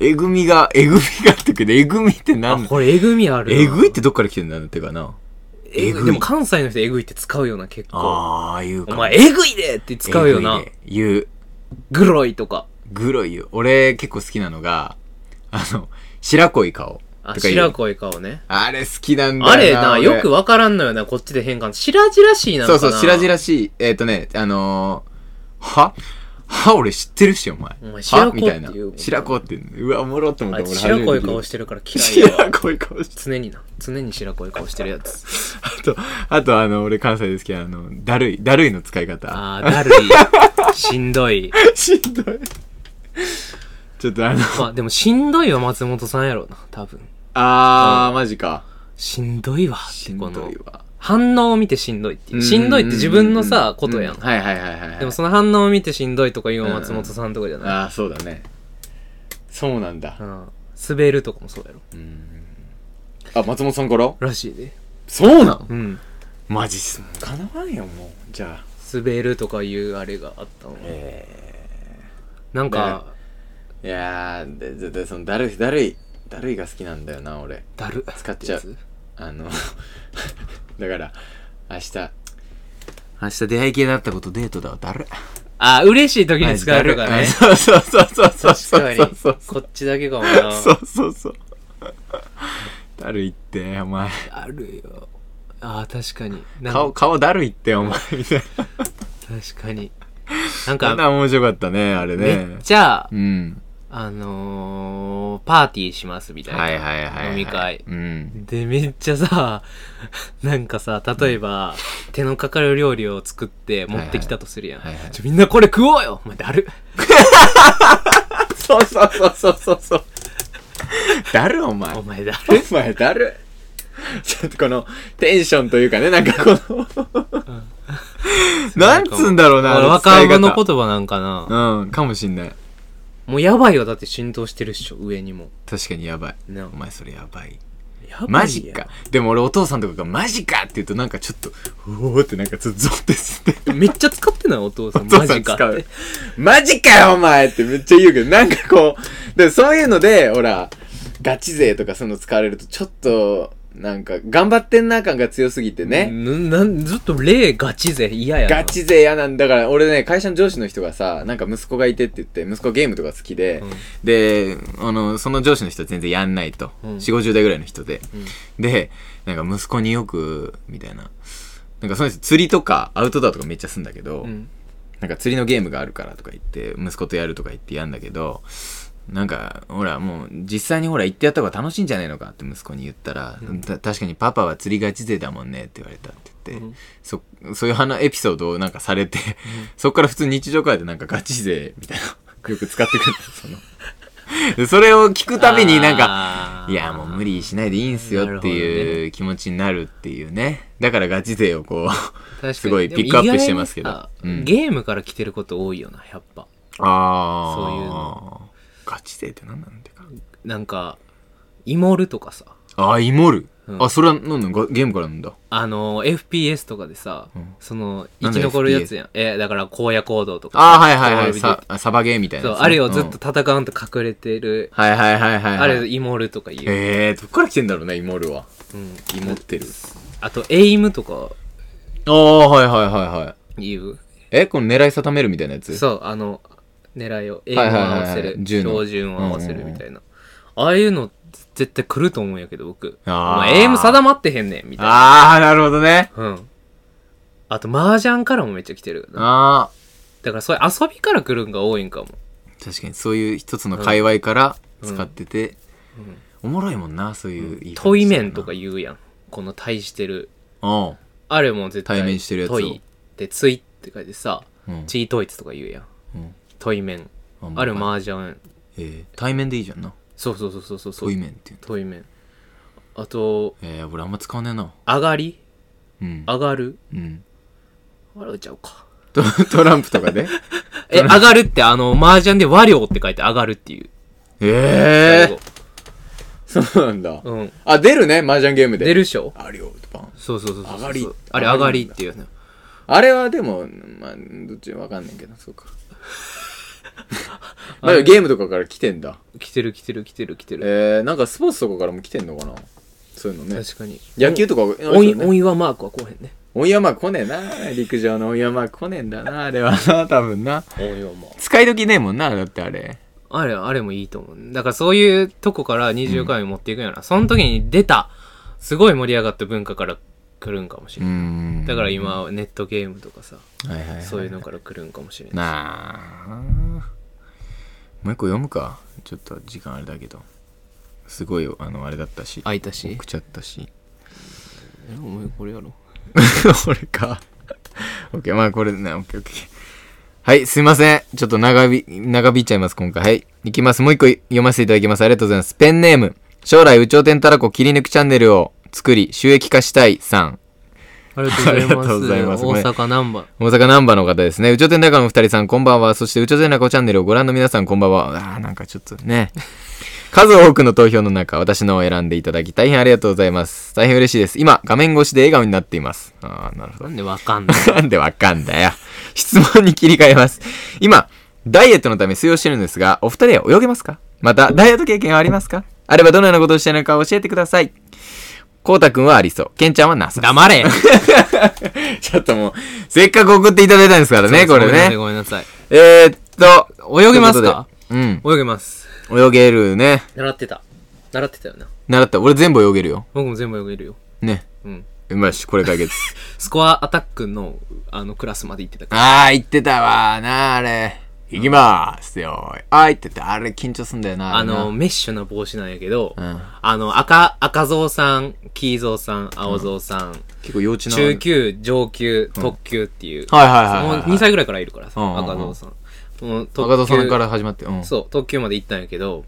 Speaker 2: えぐみが、えぐみがってけど、えぐみってな
Speaker 1: あ、
Speaker 2: んだ
Speaker 1: これえぐみあるな。
Speaker 2: えぐいってどっから来てんだってかな。えぐい
Speaker 1: でも関西の人えぐいって使うよな、結構。
Speaker 2: ああ、言うか
Speaker 1: お
Speaker 2: も。
Speaker 1: 前えぐいでって使うよ
Speaker 2: え
Speaker 1: な
Speaker 2: ぐ。いね。言う。
Speaker 1: グロいとか。
Speaker 2: グロいよ。俺結構好きなのが、あの、白濃い顔。
Speaker 1: あ、
Speaker 2: とか言う
Speaker 1: 白濃い顔ね。
Speaker 2: あれ好きなんだよな。
Speaker 1: あれな、
Speaker 2: 俺
Speaker 1: よくわからんのよな、こっちで変換。白々しいなの
Speaker 2: そ
Speaker 1: か
Speaker 2: う
Speaker 1: な。
Speaker 2: そう、白々しい。えっ、とね、あのー、はは俺知ってるっしょ、お前。
Speaker 1: お前
Speaker 2: は
Speaker 1: 白子
Speaker 2: みたいな
Speaker 1: っていうもん。
Speaker 2: 白子って言うのうわ、おもろって思っ
Speaker 1: あい
Speaker 2: て
Speaker 1: つ
Speaker 2: 俺
Speaker 1: 白濃い顔
Speaker 2: し
Speaker 1: してるから嫌いよ。
Speaker 2: 白濃い顔して。
Speaker 1: 常にな。常に白濃い顔してるや
Speaker 2: [LAUGHS]
Speaker 1: つ。
Speaker 2: あと、あとあの、俺関西ですけど、あの、だるい、だるいの使い方。
Speaker 1: あー、だるい。しんどい。
Speaker 2: しんどい。ちょっとあの、
Speaker 1: まあでもしんどいは松本さんやろうな、多分。
Speaker 2: あー、マジか。
Speaker 1: しんどいわって。
Speaker 2: しんどい
Speaker 1: この
Speaker 2: わ。
Speaker 1: 反応を見てしんどいっていう。しんどいって自分のさ、ことやん
Speaker 2: う。はいはいはいはいはい。
Speaker 1: でもその反応を見てしんどいとか言うのは松本さんとかじゃない、
Speaker 2: ああそうだねそうなんだ
Speaker 1: うん滑るとかもそうやろ
Speaker 2: あ松本さんから
Speaker 1: らしいで
Speaker 2: そうなん
Speaker 1: うん
Speaker 2: マジっすかなわんよもうじゃあ
Speaker 1: 滑るとかいうあれがあったのなんか、
Speaker 2: いやーでででそのだるいだるいだるいが好きなんだよな俺
Speaker 1: だる
Speaker 2: 使っちゃう
Speaker 1: てや
Speaker 2: あの [LAUGHS] だから明日明日出会い系だったことデートだわだる
Speaker 1: つあ嬉しい時に使うとかね
Speaker 2: そうそうそうそう
Speaker 1: 確
Speaker 2: そう
Speaker 1: かに
Speaker 2: そうそう
Speaker 1: こっちだけかもな
Speaker 2: そうそうそうだるいってお前
Speaker 1: あるよあー確かになん
Speaker 2: 顔顔だるいってお前みたいな [LAUGHS]
Speaker 1: 確かになん
Speaker 2: あん
Speaker 1: か
Speaker 2: な面白かったね、あれ
Speaker 1: め
Speaker 2: ね
Speaker 1: っ。ちゃ
Speaker 2: うん。
Speaker 1: あのー、パーティーしますみたいな、
Speaker 2: はいはいはいはい。
Speaker 1: 飲み会
Speaker 2: うん。
Speaker 1: で、めっちゃさ、なんかさ、例えば、手のかかる料理を作って持ってきたとするやん。
Speaker 2: はいはいはいはい
Speaker 1: ちょみんなこれ食おうよお前、だる。
Speaker 2: そうそうそうそうそうそう。だるお前。
Speaker 1: お
Speaker 2: お
Speaker 1: 前、だ
Speaker 2: 前だる。ちょっとこのテンションというかね、なんかこのなんつうんだろう
Speaker 1: る。
Speaker 2: な、あの使
Speaker 1: 若
Speaker 2: い方
Speaker 1: 者の言葉なんかな。
Speaker 2: うん、かもしんない。
Speaker 1: もうやばいよ、だって浸透してるっしょ、上にも。
Speaker 2: 確かにやばい。
Speaker 1: な
Speaker 2: お前それやばい。
Speaker 1: やばいやん
Speaker 2: マジ。か。でも俺お父さんとかがマジかって言うとなんかちょっと、うおーってなんかちょっとゾッてすって。
Speaker 1: めっちゃ使ってないお父さん、
Speaker 2: お父
Speaker 1: マ
Speaker 2: さん
Speaker 1: ジ
Speaker 2: 使
Speaker 1: か
Speaker 2: う
Speaker 1: って。
Speaker 2: マジかよお前ってめっちゃ言うけど、なんかこう、でそういうので、ほら、ガチ勢とかそういうの使われると、ちょっと、なんか、頑張ってんな感が強すぎてね。
Speaker 1: ななんずっと霊ガチ勢嫌やな
Speaker 2: ガチ勢嫌なんだから、俺ね、会社の上司の人がさ、なんか息子がいてって言って、息子ゲームとか好きで、
Speaker 1: うん
Speaker 2: で、あの、その上司の人は全然やんないと。
Speaker 1: うん
Speaker 2: 4、50代ぐらいの人で。
Speaker 1: うん
Speaker 2: で、なんか息子によく、みたいな。なんかその人釣りとかアウトドアとかめっちゃすんだけど、
Speaker 1: うん
Speaker 2: なんか釣りのゲームがあるからとか言って、息子とやるとか言ってやんだけど、なんか、ほら、もう、実際にほら、行ってやった方が楽しいんじゃねえのかって息子に言ったら、た確かにパパは釣りがち勢だもんねって言われたって言って、
Speaker 1: うん
Speaker 2: そ、そういう話、エピソードをなんかされて、 [LAUGHS] そっから普通に日常会でなんかガチ勢みたいな、よく使ってくるその。でそれを聞くたびになんか、
Speaker 1: か
Speaker 2: いや、もう無理しないでいいんすよって
Speaker 1: なるほ
Speaker 2: いう気持ちになるっていうね。だからガチ勢をこう、
Speaker 1: 確かに
Speaker 2: すごい
Speaker 1: でも
Speaker 2: ピックアップしてますけど
Speaker 1: 意外にさ
Speaker 2: うん
Speaker 1: ゲームから来てること多いよなやっぱ
Speaker 2: あ
Speaker 1: そういう
Speaker 2: の。ガチ勢って何なんてか。
Speaker 1: なんかイモルとかさ
Speaker 2: ああ、イモル。
Speaker 1: うん
Speaker 2: あ、それは何なのがゲームからなんだ。
Speaker 1: あの FPS とかでさ、
Speaker 2: うん
Speaker 1: その
Speaker 2: な
Speaker 1: 生
Speaker 2: ん
Speaker 1: き
Speaker 2: だ
Speaker 1: 残るやつやんえだから荒野行動とか
Speaker 2: ああ、はいはいは
Speaker 1: 生
Speaker 2: い。
Speaker 1: き残
Speaker 2: さ
Speaker 1: る
Speaker 2: サバゲーみたいな
Speaker 1: そう
Speaker 2: やつね。
Speaker 1: あれをずっ
Speaker 2: うん。
Speaker 1: と戦うと隠れてる、
Speaker 2: はいはいはいはいはい。
Speaker 1: あれイモルとか言う、
Speaker 2: ええ、どっから来てんだろうね、イモルは。
Speaker 1: うん、
Speaker 2: イモってる。
Speaker 1: あとエイムとか
Speaker 2: ああ、はいはいはいはい。
Speaker 1: 言う
Speaker 2: え、この狙い定めるみたいなやつ
Speaker 1: そうあの狙いをエイムを
Speaker 2: はいはい
Speaker 1: 合
Speaker 2: はいはい
Speaker 1: わせる
Speaker 2: 銃の
Speaker 1: 標準を合わせるみたいな、ああいうの絶対来ると思うんやけど僕
Speaker 2: あー
Speaker 1: お前エイム定まってへんねんみたいな
Speaker 2: ああ、なるほどね。
Speaker 1: うんあと麻雀からもめっちゃ来てるだ
Speaker 2: ああ。
Speaker 1: からそういう遊びから来るんが多いんかも
Speaker 2: 確かにそういう一つの界隈から使ってて、おもろいもんなそういう言い方
Speaker 1: 問い面
Speaker 2: して
Speaker 1: と
Speaker 2: る
Speaker 1: か言うやんこの対してる
Speaker 2: なうん
Speaker 1: あれも絶対
Speaker 2: 対面してるやつを
Speaker 1: 問いってついって書いてさ、
Speaker 2: うん
Speaker 1: チートイツとか言うやん
Speaker 2: うん
Speaker 1: 問い面
Speaker 2: あ
Speaker 1: あれ麻雀
Speaker 2: えー対面でいいじゃんな
Speaker 1: そうそうそうそうそうそう
Speaker 2: 対面っていうの
Speaker 1: 問い面あと
Speaker 2: えー、俺あんま使わねえな
Speaker 1: 上がり
Speaker 2: うん
Speaker 1: 上がる
Speaker 2: うん
Speaker 1: 笑うちゃうか
Speaker 2: ト [LAUGHS] トランプとかで
Speaker 1: [LAUGHS] え上がるってあの麻雀で和量って書いて上がるっていう
Speaker 2: ええー、 [LAUGHS] そうなんだ、
Speaker 1: うん
Speaker 2: あ出るね麻雀ゲームで
Speaker 1: 出るっしょ
Speaker 2: あるよパン
Speaker 1: そうそうそうそう
Speaker 2: 上がり
Speaker 1: あれ上がりっていうね
Speaker 2: あれはでもまあどっちもわかんないけどそう
Speaker 1: [LAUGHS]
Speaker 2: かまあでもゲームとかから来てんだ
Speaker 1: 来てる来てる来てる来てる
Speaker 2: えー、なんかスポーツとかからも来てんのかなそういうのね
Speaker 1: 確かに
Speaker 2: 野球とか
Speaker 1: 音音岩マークはこうへんね
Speaker 2: オンヤマー来ねえな陸上のオンヤマー来ねえんだなあれはな多分な
Speaker 1: 音岩マーク
Speaker 2: 使い時ねえもんなだってあれ
Speaker 1: あれあれもいいと思うだからそういうとこから20回持っていくんやな、その時に出たすごい盛り上がった文化から来るんかもしれ
Speaker 2: う
Speaker 1: ない、
Speaker 2: ん
Speaker 1: ん、だから今はネットゲームとかさ、
Speaker 2: はいはい、はい、
Speaker 1: そういうのから来るんかもしれない
Speaker 2: なあもう一個読むかちょっと時間あれだけどすごいあのあれだったし
Speaker 1: 開いたし
Speaker 2: 送っちゃったし [LAUGHS]
Speaker 1: えお前これやろ
Speaker 2: 俺か [LAUGHS] OK まあこれね OKOK はいすいませんちょっと長び長引いちゃいます今回はいいきますもう一個読ませていただきますありがとうございますペンネーム将来宇宙天たらこ切り抜くチャンネルを作り収益化したいさん
Speaker 1: ありがとうございま
Speaker 2: ありが
Speaker 1: す
Speaker 2: とうございます
Speaker 1: 大阪ナンバー
Speaker 2: 大阪難波の方ですね。宇宙天高のお二人さん、こんばんは。そして、宇宙天高チャンネルをご覧の皆さん、こんばんは。あーなんかちょっとね。数多くの投票の中、私のを選んでいただき、大変ありがとうございます。大変嬉しいです。今、画面越しで笑顔になっています。ああ、なるほど [LAUGHS]
Speaker 1: な。んでわかんない
Speaker 2: なんでわかんだよ。質問に切り替えます。今、ダイエットのため水をしてるんですが、お二人は泳げますかまた、ダイエット経験はありますかあればどのようなことをしているのか教えてください。こうたくんはありそう。けんちゃんはなさそう。
Speaker 1: 黙れ
Speaker 2: [LAUGHS] ちょっともう、せっかく送っていただいたんですからね、これね。
Speaker 1: ごめんなさい
Speaker 2: えー、っと、
Speaker 1: ごめんなさい泳げますか
Speaker 2: というこ
Speaker 1: 泳げます
Speaker 2: とでうん。泳げるね。
Speaker 1: 習ってた習ってたよな
Speaker 2: 習った。俺全部泳げるよ。
Speaker 1: 僕も全部泳げるよ
Speaker 2: ね。
Speaker 1: うん
Speaker 2: うまいし、これ解決。
Speaker 1: スコアアタックのあのクラスまで行ってたから
Speaker 2: [LAUGHS] あー、言ってたわーなー、あれ。行きまーすよー。あー、言ってた。あれ緊張すんだよな。
Speaker 1: あ
Speaker 2: れな
Speaker 1: の、、メッシュな帽子なんやけど、
Speaker 2: うん
Speaker 1: あの、赤、赤蔵さん、黄蔵さん、青蔵さん、
Speaker 2: 結構幼稚な。
Speaker 1: 中級、上級、特級っていう。
Speaker 2: はいはいはいはいはい
Speaker 1: もう2歳ぐらいからいるからさ、
Speaker 2: うんうんうん
Speaker 1: 赤蔵さん。もう特
Speaker 2: 赤田さんから始まって。うん。
Speaker 1: そう、特級まで行ったんやけど、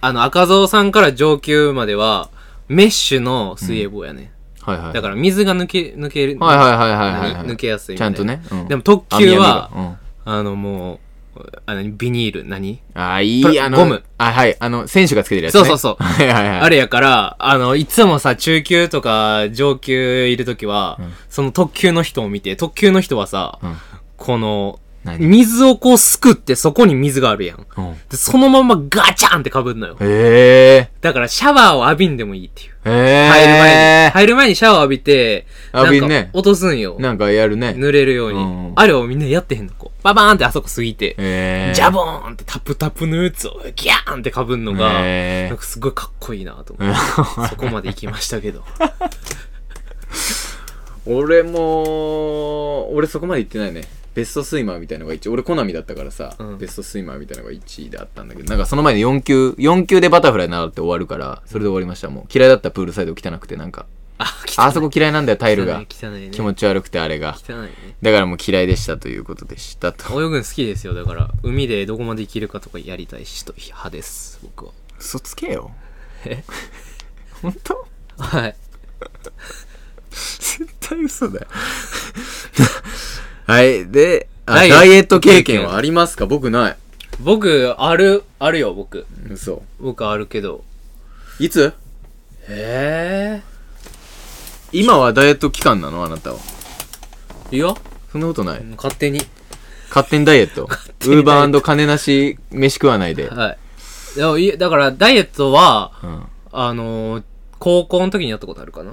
Speaker 1: あの、赤蔵さんから上級までは、メッシュの水泳帽やね。
Speaker 2: はいはい。
Speaker 1: だから水が抜け、抜ける、
Speaker 2: はいはいはいはいはいはい。
Speaker 1: 何抜けやすいみ
Speaker 2: ち
Speaker 1: た
Speaker 2: ゃ
Speaker 1: い
Speaker 2: ん
Speaker 1: な
Speaker 2: とね。うん
Speaker 1: でも特急は
Speaker 2: 網網が
Speaker 1: あの、もう、あの、ビニール、何
Speaker 2: うんあー、い
Speaker 1: こ
Speaker 2: い、
Speaker 1: れ
Speaker 2: あの、
Speaker 1: ゴム。
Speaker 2: あ、はい。あの、選手がつけてるやつね。
Speaker 1: そうそうそう
Speaker 2: はいはいはい。
Speaker 1: あれやから、あの、いつもさ、中級とか上級いるときは、その特級の人を見て、特級の人はさ、
Speaker 2: ん
Speaker 1: この、
Speaker 2: 何
Speaker 1: 水をこうすくってそこに水があるやん。
Speaker 2: うん。
Speaker 1: で、そのままガチャンって被るのよ。
Speaker 2: え
Speaker 1: だからシャワーを浴びんでもいいっていう。
Speaker 2: え。ええ。
Speaker 1: 入る前に。入る前にシャワー浴びて、
Speaker 2: 浴びんね
Speaker 1: なんか落とすんよ。
Speaker 2: なんかやるね。
Speaker 1: 濡れるように。
Speaker 2: うん
Speaker 1: あれをみんなやってへんの、こう。ババーンってあそこ過ぎて、
Speaker 2: ええ。
Speaker 1: ジャボーンってタプタプのやつをギャーンって被るのが、
Speaker 2: ええ
Speaker 1: なんかすごいかっこいいなと思って。
Speaker 2: [LAUGHS]
Speaker 1: そこまで行きましたけど。
Speaker 2: 俺も、俺そこまで行ってないね。ベストスイマーみたいのが1位。俺コナミだったからさ、
Speaker 1: うん
Speaker 2: ベストスイマーみたいのが1位だったんだけど、なんかその前に4級、4級でバタフライ習って終わるから、それで終わりました、もう。嫌いだったプールサイド汚くて、なんか。
Speaker 1: あ、汚い。
Speaker 2: あそこ嫌いなんだよ、タイル
Speaker 1: 汚
Speaker 2: が
Speaker 1: い。汚いね。
Speaker 2: 気持ち悪くて、あれが。
Speaker 1: 汚いね。
Speaker 2: だからもう嫌いでしたということでしたと。
Speaker 1: 泳ぐの好きですよ。だから、海でどこまで生きるかとかやりたいし、と派です。僕は。
Speaker 2: 嘘つけよ。
Speaker 1: え
Speaker 2: 本当
Speaker 1: はい。
Speaker 2: 絶対嘘だよ。はい。で、あ
Speaker 1: ダイエット
Speaker 2: ダイエット経験はありますか僕ない。
Speaker 1: 僕、ある、あるよ、僕。
Speaker 2: 嘘。
Speaker 1: 僕あるけど。
Speaker 2: いつ
Speaker 1: へ
Speaker 2: 今はダイエット期間なのあなたは。
Speaker 1: え。いや、
Speaker 2: そんなことない。
Speaker 1: 勝手に。
Speaker 2: 勝手にダイエット。ウ
Speaker 1: 手にダイエ
Speaker 2: ー
Speaker 1: ット
Speaker 2: バー金なし飯食わないで。
Speaker 1: はい。でもいだから、ダイエットは、
Speaker 2: うん。
Speaker 1: あのー高校の時にやったことあるかな。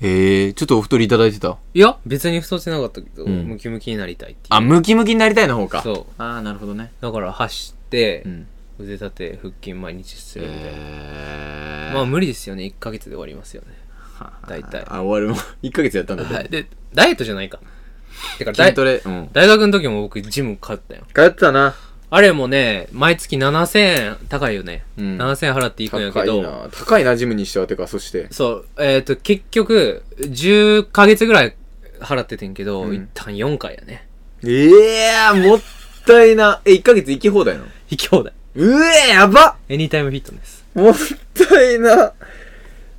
Speaker 2: ええー、ちょっとお太りいただいてた。
Speaker 1: いや、別に太ってなかったけど、
Speaker 2: うん
Speaker 1: ムキムキになりたいっていう。
Speaker 2: あ、ムキムキになりたいの方か。
Speaker 1: そう。
Speaker 2: ああ、なるほどね。
Speaker 1: だから、走って、
Speaker 2: うん。
Speaker 1: 腕立て、腹筋毎日するみたいな。
Speaker 2: え
Speaker 1: まあ、無理ですよね。1ヶ月で終わりますよね。大体。
Speaker 2: あ、終わる。1ヶ月 [LAUGHS] やったんだ
Speaker 1: は
Speaker 2: け
Speaker 1: い。で、ダイエットじゃないか。てか、
Speaker 2: ど。
Speaker 1: だい
Speaker 2: 筋トレ。うん。
Speaker 1: 大学の時も僕、ジム通ったよ。
Speaker 2: 通ってたな。
Speaker 1: あれもね、毎月7000円、高いよね。
Speaker 2: うん
Speaker 1: 7000円払っていくんやけ
Speaker 2: 高
Speaker 1: ど、
Speaker 2: いな。高いな、ジムにしては。てか、そして。
Speaker 1: そう、えっ、と、結局、10ヶ月ぐらい払っててんけど、
Speaker 2: うん
Speaker 1: 一旦4回やね。 [LAUGHS]
Speaker 2: ええー、もったいな。え、1ヶ月行き放題なの
Speaker 1: 非兄弟。
Speaker 2: うえ、やばっ
Speaker 1: エニタイムフィットネス。
Speaker 2: もったいな。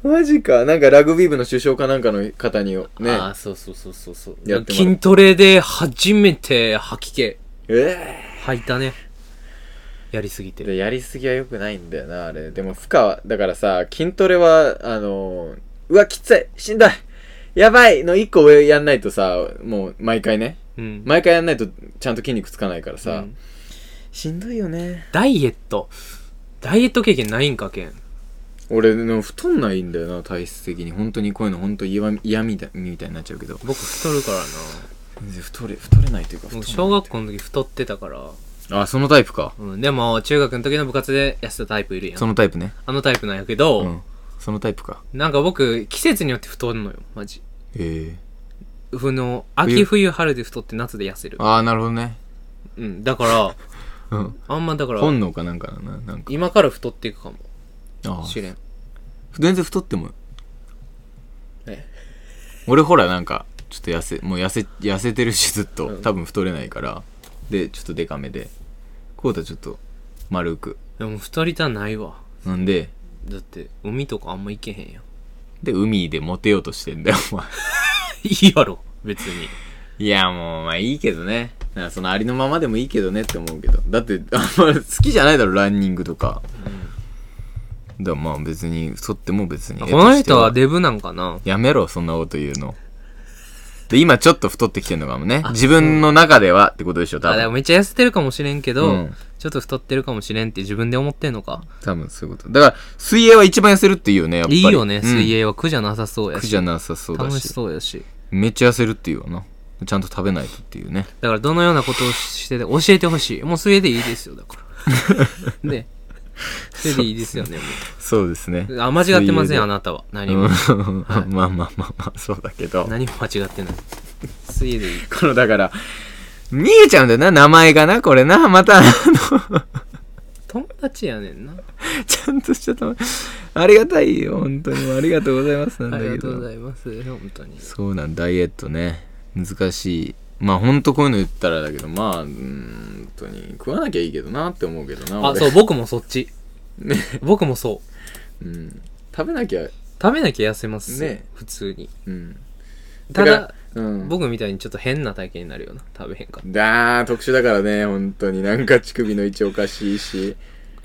Speaker 2: マジか。なんかラグビー部の首相かなんかの方にね。
Speaker 1: ああ、そうそうそうそうそう。
Speaker 2: やってもらう
Speaker 1: 筋トレで初めて吐き気、
Speaker 2: え
Speaker 1: 吐いたね。やりすぎ
Speaker 2: え
Speaker 1: て
Speaker 2: でやりすぎは良くないんだよな、あれ。でも負荷は、だからさ、筋トレは、あのーうわ、きつい、しんどい、やばいの一個上やんないとさ、もう毎回ね。
Speaker 1: うん。
Speaker 2: 毎回やんないとちゃんと筋肉つかないからさ、
Speaker 1: うん
Speaker 2: しんどいよね。
Speaker 1: ダイエット。ダイエット経験ないんか、けん。
Speaker 2: 俺、でも太んないんだよな、体質的に。本当にこういうの本当嫌み嫌みたいみたいになっちゃうけど。
Speaker 1: 僕太るからな。
Speaker 2: 全然太れ、太れないというか、
Speaker 1: もう
Speaker 2: 太ん
Speaker 1: 小学校の時太ってたから。
Speaker 2: ないあ、そのタイプか。
Speaker 1: うん。でも、中学の時の部活で痩せたタイプいるや
Speaker 2: そ
Speaker 1: ん。
Speaker 2: のタイプね。
Speaker 1: あのタイプなんやけど、
Speaker 2: うん。そのタイプか。
Speaker 1: なんか僕、季節によって太るのよ、マジ。
Speaker 2: ええ
Speaker 1: ふの、秋、冬、春で太って夏で痩せる。
Speaker 2: ああ、なるほどね。
Speaker 1: うん。だから、
Speaker 2: うん。
Speaker 1: あんまだから、
Speaker 2: 本能かなんかだな、なんか。
Speaker 1: 今から太っていくかも
Speaker 2: ああ。
Speaker 1: しれん。
Speaker 2: 全然太っても。
Speaker 1: え
Speaker 2: 俺ほらなんか、ちょっと痩せ、もう痩せ、痩せてるしずっと。
Speaker 1: うん
Speaker 2: 多分太れないから。で、ちょっとデカめで。こうたちょっと、丸く。
Speaker 1: でも太りたないわ。
Speaker 2: なんで、
Speaker 1: だって、海とかあんま行けへんやん。 [LAUGHS]
Speaker 2: で、海でモテようとしてんだよ、お前。
Speaker 1: いいやろ、別に。
Speaker 2: いや、もう、まあいいけどね。なんかそのありのままでもいいけどねって思うけど。だって、あんま好きじゃないだろ、ランニングとか。だからまあ別に、太っても別に。
Speaker 1: この人はデブなんかな
Speaker 2: やめろ、そんなこと言うの。で、今ちょっと太ってきてるのかもね。自分の中ではってことでしょ、多
Speaker 1: あ、でも
Speaker 2: 分。
Speaker 1: めっちゃ痩せてるかもしれんけど、
Speaker 2: うん
Speaker 1: ちょっと太ってるかもしれんって自分で思ってんのか。
Speaker 2: 多分そういうこと。だから、水泳は一番痩せるっていうね、やっぱり。
Speaker 1: いいよね、水
Speaker 2: 泳。
Speaker 1: 泳は苦じゃなさそうや
Speaker 2: 苦
Speaker 1: し。
Speaker 2: じゃなさそうだ
Speaker 1: 楽し
Speaker 2: し。
Speaker 1: そうやし。
Speaker 2: めっちゃ痩せるっていうわな。ちゃんと食べないとっていうね。
Speaker 1: だからどのようなことをしてて、教えてほしい。もうそれでいいですよ、
Speaker 2: [LAUGHS]
Speaker 1: だから。ね。それでいいですよね、も
Speaker 2: そうですね。
Speaker 1: う。あ、間違ってま
Speaker 2: 水泳
Speaker 1: せ
Speaker 2: で
Speaker 1: ん、あなたは。何
Speaker 2: うん [LAUGHS]
Speaker 1: も。
Speaker 2: まあまあまあまあ、そうだけど。
Speaker 1: 何も間違ってない。水泳でいい。
Speaker 2: この、だから、見えちゃうんだよな、名前がな、これな。 [LAUGHS] また、あの、
Speaker 1: 友達やねんな。
Speaker 2: ちゃんとしちゃった。ありがたいよ、本当に。ありがとうございます、なん
Speaker 1: あ
Speaker 2: だけ
Speaker 1: り
Speaker 2: ど。
Speaker 1: がとうございます、本当に。
Speaker 2: そうなんダイエットね難しいまあほんとこういうの言ったらだけどまあうーん本当に食わなきゃいいけどなって思うけどな
Speaker 1: あ、そう、
Speaker 2: う、
Speaker 1: 僕もそっち。
Speaker 2: ね
Speaker 1: 僕もそう。
Speaker 2: うん、食べなきゃ
Speaker 1: 食べなきゃ痩せますよ
Speaker 2: ね
Speaker 1: 普通に。
Speaker 2: うん
Speaker 1: た
Speaker 2: だ
Speaker 1: だ、
Speaker 2: からうん
Speaker 1: 僕みたいにちょっと変な体型になるよな、食べへんから。
Speaker 2: だー特殊だからね本当になんか乳首の位置おかしいし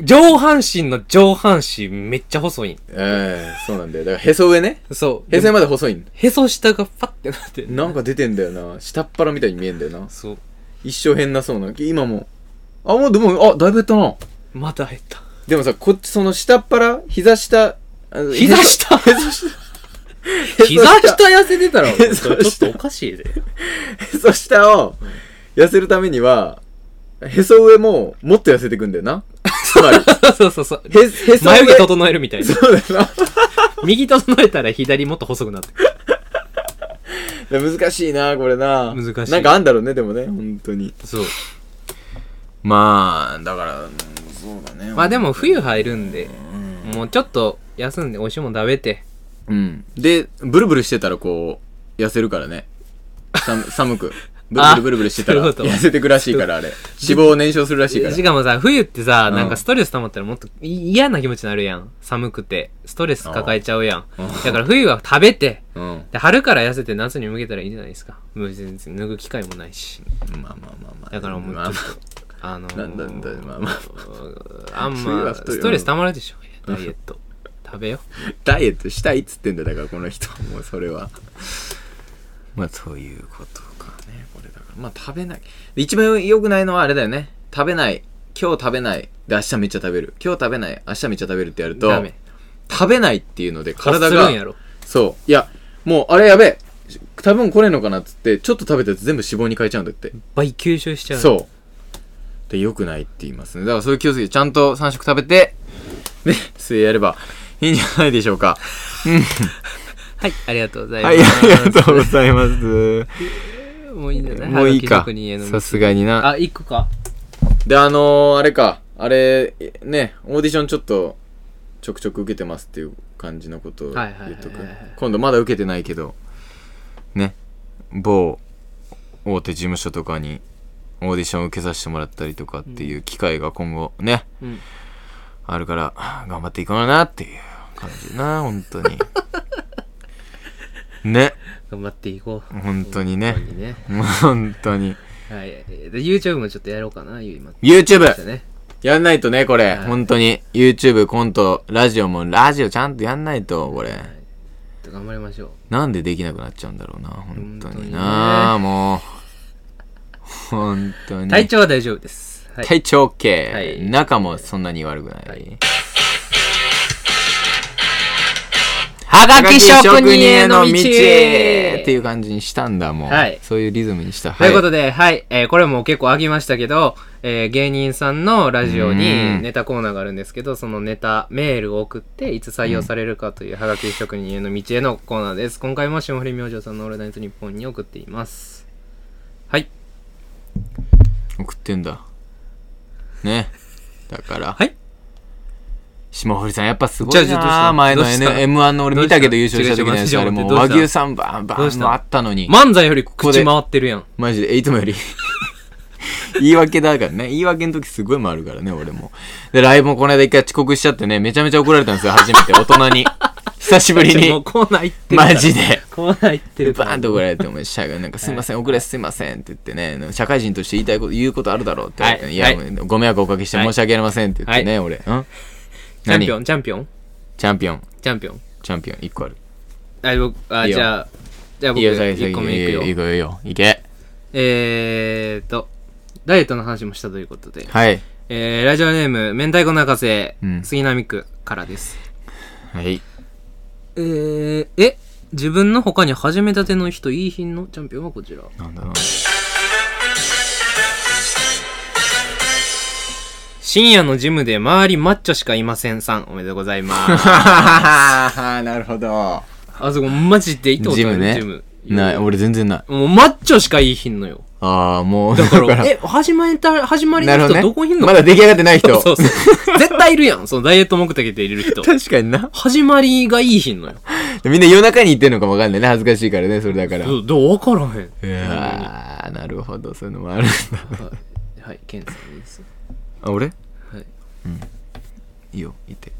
Speaker 1: 上半身の上半身めっちゃ細いん。
Speaker 2: ええそうなんだよだからへそ上ね
Speaker 1: そう。
Speaker 2: へそ上まで細いん
Speaker 1: へそ下がパッてなってん
Speaker 2: なんか出てんだよな下っ腹みたいに見えんだよな
Speaker 1: そう。
Speaker 2: 一生変なそうな今もあもうでもあだいぶ減ったな
Speaker 1: また減った。
Speaker 2: でもさこっちその下っ腹膝下あの
Speaker 1: [LAUGHS] 膝下
Speaker 2: へ [LAUGHS] そ下
Speaker 1: 膝下痩せて [LAUGHS] たら、
Speaker 2: へそ
Speaker 1: ちょっとおかしいで。
Speaker 2: へそ下を痩せるためにはへそ上ももっと痩せてくんだよなつ [LAUGHS] まり
Speaker 1: [LAUGHS] そう [LAUGHS] そうそう。
Speaker 2: へへそ上
Speaker 1: 眉毛整えるみたいな。
Speaker 2: そうだよな
Speaker 1: [LAUGHS] 右整えたら左もっと細くなってくる。
Speaker 2: で難しいなこれな
Speaker 1: 難しい
Speaker 2: なんかあんだろうねでもね本当に
Speaker 1: そう。
Speaker 2: まあだからそうだね
Speaker 1: まあでも冬入るんで、
Speaker 2: う
Speaker 1: もうちょっと休んで美味しいもん食べて。
Speaker 2: んでブルブルしてたらこう痩せるからね寒 [LAUGHS] 寒くブルブ
Speaker 1: あ
Speaker 2: ルブルブルしてた
Speaker 1: そうい
Speaker 2: ら
Speaker 1: うこと
Speaker 2: 痩せてくらしいからあれ脂肪を燃焼するらしいから
Speaker 1: しかもさ、冬ってさ、
Speaker 2: うん
Speaker 1: なんかストレス溜まったらもっとい嫌な気持ちになるやん。寒くて。ストレス抱えちゃうやん
Speaker 2: うん。
Speaker 1: だから冬は食べて、
Speaker 2: うん
Speaker 1: で春から痩せて夏に向けたらいいんじゃないですか。もう全然脱ぐ機会もないし。
Speaker 2: まあまあまあまあ
Speaker 1: だからもうち
Speaker 2: ま
Speaker 1: ょ
Speaker 2: あ
Speaker 1: っと、あのー
Speaker 2: なんだなんだまあまあ
Speaker 1: あん
Speaker 2: 冬は
Speaker 1: ま、
Speaker 2: 太いよ
Speaker 1: ストレス溜まるでしょ。ダイエット。食べよ。
Speaker 2: ダイエットしたいっつってんだよだからこの人もうそれは [LAUGHS] まあそういうことかねこれだからまあ食べないで一番良くないのはあれだよね食べない今日食べないで明日めっちゃ食べる今日食べない明日めっちゃ食べるってやると
Speaker 1: ダメ。
Speaker 2: 食べないっていうので体
Speaker 1: するんや
Speaker 2: が
Speaker 1: ろ。
Speaker 2: そういやもうあれやべえ多分来ねえのかなっつってちょっと食べたやつ全部脂肪に変えちゃうんだって
Speaker 1: 倍吸収しちゃう。う。
Speaker 2: そう。で、良くないって言いますね。だからそういう気をつけて、ちゃんと3食食べて、で、水泳やればいいんじゃないでしょうか。
Speaker 1: はい、ありがとうございま
Speaker 2: は
Speaker 1: す。
Speaker 2: い、ありがとうございます。
Speaker 1: もういいんじゃない
Speaker 2: もういい
Speaker 1: 春
Speaker 2: か
Speaker 1: 樹の家の。
Speaker 2: さすがにな。
Speaker 1: あ、一個か
Speaker 2: で、あのー、あれか、あれ、ね、オーディションちょっと、ちょくちょく受けてますっていう感じのことを言
Speaker 1: はいはいはい
Speaker 2: っとく
Speaker 1: はいはい。
Speaker 2: 今度まだ受けてないけど、ね、某大手事務所とかにオーディション受けさせてもらったりとかっていう機会が今後ね、
Speaker 1: うん。
Speaker 2: あるから、頑張っていこうなっていう感じだな、本当
Speaker 1: [LAUGHS]
Speaker 2: に。ね、
Speaker 1: 頑張っていこう。
Speaker 2: 本当にね
Speaker 1: 本。当にね。
Speaker 2: 本当に。
Speaker 1: はい。で YouTube もちょっとやろうかな、ゆいま。
Speaker 2: YouTube!
Speaker 1: ね。
Speaker 2: やんないとね、これ。
Speaker 1: はい
Speaker 2: 本当に。YouTube、コント、ラジオも、ラジオちゃんとやんないと、これ
Speaker 1: は。い。ちょっと頑張りましょう。
Speaker 2: なんでできなくなっちゃうんだろうな、本当に
Speaker 1: 本当
Speaker 2: な、もう。本当に。
Speaker 1: 体調は大丈夫です。はい。
Speaker 2: 体調 OK、
Speaker 1: はい
Speaker 2: 中もそんなに悪くない、
Speaker 1: は
Speaker 2: はがき職人への道って
Speaker 1: と
Speaker 2: い
Speaker 1: いう
Speaker 2: う感じにしたんだもう、
Speaker 1: はい
Speaker 2: そういうリズムにした
Speaker 1: ことで、はい、えーこれも結構あきましたけど、えー芸人さんのラジオ
Speaker 2: う
Speaker 1: に
Speaker 2: ん
Speaker 1: ネタコーナーがあるんですけど、そのネタ、メールを送って、いつ採用されるかという、はがき職人への道へのコーナーです。今回も霜降り明星さんのオールナイトニッポンに送っています。はい。
Speaker 2: 送ってんだねだから
Speaker 1: はい
Speaker 2: 霜降りさんやっぱすごい
Speaker 1: じゃあじゃあどうし
Speaker 2: な
Speaker 1: た
Speaker 2: 前の
Speaker 1: どうし
Speaker 2: N
Speaker 1: た
Speaker 2: M1 の俺見たけど
Speaker 1: ど
Speaker 2: 優
Speaker 1: うした
Speaker 2: 勝した時のやつ
Speaker 1: 違う違う
Speaker 2: あれもう
Speaker 1: どう
Speaker 2: 和
Speaker 1: した
Speaker 2: 牛さんバンバ
Speaker 1: どうし
Speaker 2: ン
Speaker 1: た
Speaker 2: もあったのに
Speaker 1: 漫才より
Speaker 2: こ
Speaker 1: 口
Speaker 2: で
Speaker 1: 回ってるやん。
Speaker 2: マジで、えいつもより。言い訳だからね。言い訳の時すごい回るからね、俺も。で、ライブもこの間一回遅刻しちゃってね、めちゃめちゃ怒られたんですよ、初めて。大人
Speaker 1: [LAUGHS]
Speaker 2: に。久しぶり
Speaker 1: もう
Speaker 2: に。
Speaker 1: コーナー行ってるから。
Speaker 2: マジで。
Speaker 1: コーナー行ってるから。
Speaker 2: バーンと怒られて、お前、社がなんか、すいません、遅れすいませんって言ってね、なんか社会人として言いたいこと、言うことあるだろうって言われてね、
Speaker 1: はいい
Speaker 2: や、
Speaker 1: はい
Speaker 2: もうご迷惑おかけして申し訳ありませんって言ってね、俺。ん
Speaker 1: チャンピオ
Speaker 2: ン。
Speaker 1: ン、チャンピオン
Speaker 2: チャンピオン。
Speaker 1: チャンピオン。
Speaker 2: チャンピオン。一個ある。
Speaker 1: あ、僕、あ、
Speaker 2: いいよ
Speaker 1: じゃあ、じゃあ
Speaker 2: い
Speaker 1: 僕、
Speaker 2: いよ、最先
Speaker 1: 1個目いくよ。
Speaker 2: いいよ、いいよ、いけ。
Speaker 1: えーと、ダイエットの話もしたということで、
Speaker 2: はい。
Speaker 1: えー、ラジオネーム、明太子中瀬、
Speaker 2: うん
Speaker 1: 杉並区からです。
Speaker 2: はい。
Speaker 1: えー、え、自分の他に始めたての人、いい品のチャンピオンはこちら。
Speaker 2: なんだろう。
Speaker 1: 深夜のジムで周りマッチョしかいませんさん、おめでとうございま
Speaker 2: [LAUGHS]
Speaker 1: す。
Speaker 2: なるほど。
Speaker 1: あそこ、マジで行ったことある
Speaker 2: ジムね
Speaker 1: ジム。
Speaker 2: ない、俺全然ない。
Speaker 1: もうマッチョしかいい品のよ。
Speaker 2: ああ、もう、
Speaker 1: だから、え、始また、始まり
Speaker 2: なるほ
Speaker 1: の
Speaker 2: ど
Speaker 1: 人
Speaker 2: ね。
Speaker 1: どこいんの
Speaker 2: まだ出来上がってない人。
Speaker 1: そうそう [LAUGHS] そう。絶対いるやん、そのダイエット目的でいる人。
Speaker 2: [LAUGHS] 確かにな。
Speaker 1: 始まりがいい品のよ。
Speaker 2: みんな夜中に行ってんのかもわかんないね。恥ずかしいからね、それだから。
Speaker 1: どう、どうわからへん。
Speaker 2: ああ、なるほど、そういうのもあるんだ。
Speaker 1: はい、はい、ケンさんです。
Speaker 2: あ、俺
Speaker 1: はい。
Speaker 2: いいよ、行って。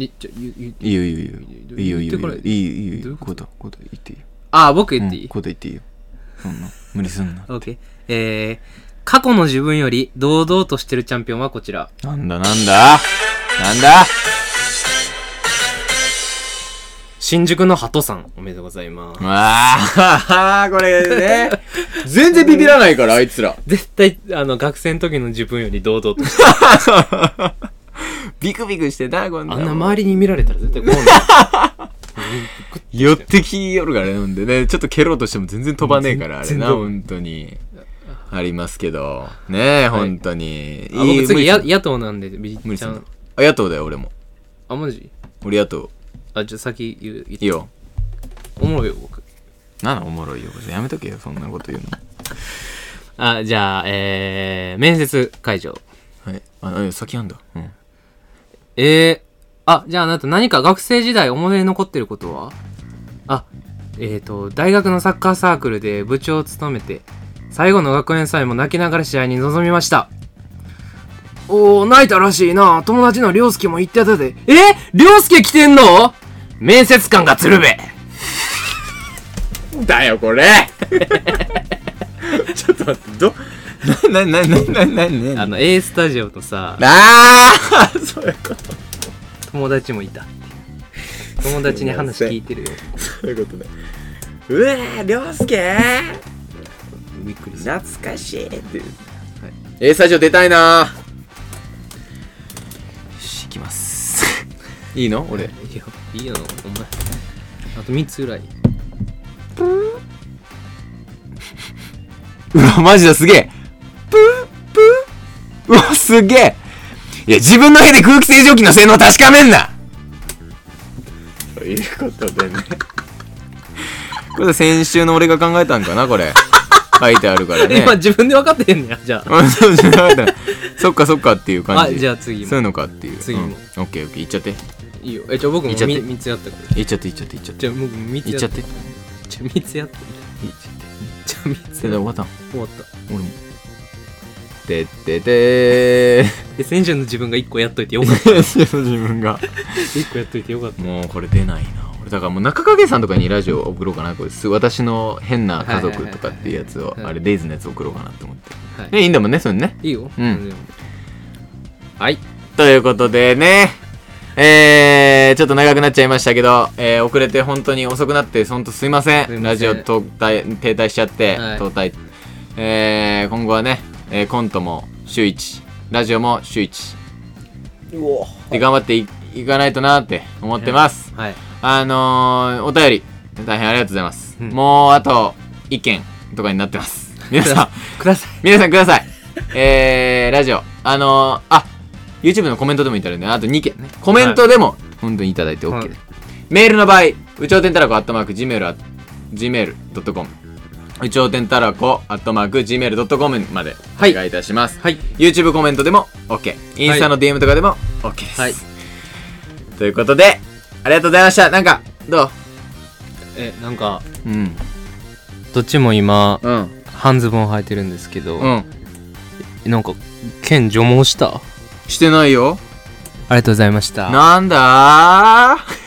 Speaker 1: え、じゃ、ゆ、ゆ、
Speaker 2: いいよ、いいよ、いいよ。いいよ、いい
Speaker 1: 言
Speaker 2: よ
Speaker 1: っ。てこれ
Speaker 2: いいよ、いいよ、いい
Speaker 1: どう
Speaker 2: よ。
Speaker 1: いうこ
Speaker 2: コート、コート、行っていいよ。
Speaker 1: ああ、僕言っていい、
Speaker 2: うんコート行っていいよ。そんな、無理すんな。
Speaker 1: オッケー。えー、過去の自分より堂々としてるチャンピオンはこちら。
Speaker 2: なんだ、なんだなんだ
Speaker 1: 新宿の鳩さん、おめでとうございます。
Speaker 2: ああ、これね。全然ビビらないから、あいつら。
Speaker 1: 絶対、あの、学生の時の自分より堂々として。
Speaker 2: ビクビクしてた、こん
Speaker 1: あ
Speaker 2: なん
Speaker 1: な
Speaker 2: もん
Speaker 1: 周りに見られたら絶対こうなる。
Speaker 2: 寄ってきよるからね、ほんでね。ちょっと蹴ろうとしても全然飛ばねえから、あれ
Speaker 1: 全
Speaker 2: な、
Speaker 1: 然飛
Speaker 2: 本当に。ありますけど。ねえ、本当に。
Speaker 1: あ僕次、や
Speaker 2: や、
Speaker 1: 野党なんで、ビ
Speaker 2: 無
Speaker 1: リ
Speaker 2: 理
Speaker 1: ち
Speaker 2: す
Speaker 1: ゃ。。
Speaker 2: んなんあ、野党だよ、俺も。
Speaker 1: あ、マジ
Speaker 2: 俺野党。
Speaker 1: あ、じゃあ先言う。言っ
Speaker 2: いい
Speaker 1: て
Speaker 2: よ。
Speaker 1: おもろいよ、僕。
Speaker 2: なのおもろいよ。やめとけよ、そんなこと言うの。
Speaker 1: あ、じゃあ、えー、面接会場。
Speaker 2: はい。あ、え先あんだ。うん。
Speaker 1: えー、あ、じゃああなた何か学生時代思い出に残ってることはあ、えっ、ー、と、大学のサッカーサークルで部長を務めて、最後の学園祭も泣きながら試合に臨みました。おー、泣いたらしいな。友達の涼介も言ってたで。え涼介来てんの面接官が鶴瓶。
Speaker 2: だよ、これ [LAUGHS] ちょっと待って、ど、な、な、な、な、な、な、な、
Speaker 1: あの、A スタジオとさ、
Speaker 2: あーそういうこと。
Speaker 1: 友達もいた。友達に話聞いてるよ。
Speaker 2: そういうことね。うわー、りょうすけ
Speaker 1: びっくりした。
Speaker 2: 懐かしいっていう。はい、A スタジオ出たいなーよし、行きます。いいの俺。
Speaker 1: いや、いいよ、お前。あと3つぐらい。
Speaker 2: うわ、マジだ、すげえ。プー、プー。うわ、すげえ。いや、自分の部屋で空気清浄機の性能を確かめんなということでね。これ先週の俺が考えたんかな、こ
Speaker 1: [LAUGHS]
Speaker 2: れ。書いてあるからね。
Speaker 1: 今自分で分かってんねや、じゃあ。
Speaker 2: あ [LAUGHS] そうじゃなかったそっかそっかっていう感
Speaker 1: あ、
Speaker 2: じ。
Speaker 1: じゃあ次
Speaker 2: そうい
Speaker 1: も。
Speaker 2: うのかっていう。
Speaker 1: 次も
Speaker 2: うんオッケーオッケー、いっちゃって。
Speaker 1: いいよ。え、じゃあ僕も
Speaker 2: いっちゃって
Speaker 1: 3つやったから。
Speaker 2: いっちゃって、いっちゃって、いっちゃって。
Speaker 1: じゃあ僕3つ
Speaker 2: いっち
Speaker 1: や
Speaker 2: ゃ
Speaker 1: っ。
Speaker 2: ったて。いっ
Speaker 1: じゃあ3つやった。
Speaker 2: ちゃっ
Speaker 1: じゃあ3つ
Speaker 2: て。で、
Speaker 1: やっ
Speaker 2: 終わったん
Speaker 1: た。終わった。
Speaker 2: 俺も。てって
Speaker 1: [LAUGHS]
Speaker 2: てー。
Speaker 1: で、先週の自分が1個やっといてよかった。
Speaker 2: 自分が。
Speaker 1: 1個やっといてよかった。
Speaker 2: もうこれ出ないな俺だからもう中影さんとかにラジオ送ろうかなこれす私の変な家族とかっていうやつ
Speaker 1: はいはいは
Speaker 2: を
Speaker 1: いはい
Speaker 2: あれデイズのやつ送ろうかなと思って
Speaker 1: [LAUGHS] はい。
Speaker 2: ねいいんだもんねそれね
Speaker 1: いいよ。
Speaker 2: うん
Speaker 1: でも。はい。
Speaker 2: ということでねえー、ちょっと長くなっちゃいましたけど、えー遅れて本当に遅くなって本当すいますせ
Speaker 1: いませ
Speaker 2: ん
Speaker 1: ん
Speaker 2: ラジオと停滞しちゃって、
Speaker 1: はい
Speaker 2: 淘汰、えー、今後はね、えーコントも週1ラジオも週1で頑張っていいかないとなって思ってます、
Speaker 1: はい。
Speaker 2: あのー、お便り、大変ありがとうございます。
Speaker 1: うん
Speaker 2: もう、あと、意見とかになって
Speaker 1: [LAUGHS]
Speaker 2: ます。皆さん、
Speaker 1: ください。
Speaker 2: 皆さんください。えー、ラジオ、あのー、あ、YouTube のコメントでもいただいて、あと2件ね。コメントでも、本当にいただいて OK
Speaker 1: はい
Speaker 2: で、メールの場合、うちょうてんたらこ、アットマーク、gmail、gmail.com。うちょうてんたらこ、アットマーク、gmail.com まで、
Speaker 1: はい
Speaker 2: お願いいたします。
Speaker 1: はい。
Speaker 2: YouTube コメントでも OK。インスタの DM とかでも OK です。
Speaker 1: はい
Speaker 2: ということで、ありがとうございました。なんか、どう
Speaker 1: え、なんか、
Speaker 2: うん。
Speaker 1: どっちも今、
Speaker 2: うん。
Speaker 1: 半ズボン履いてるんですけど、
Speaker 2: うん。
Speaker 1: なんか、剣除毛したあ
Speaker 2: してないよ。
Speaker 1: りがとうございました。
Speaker 2: なんだー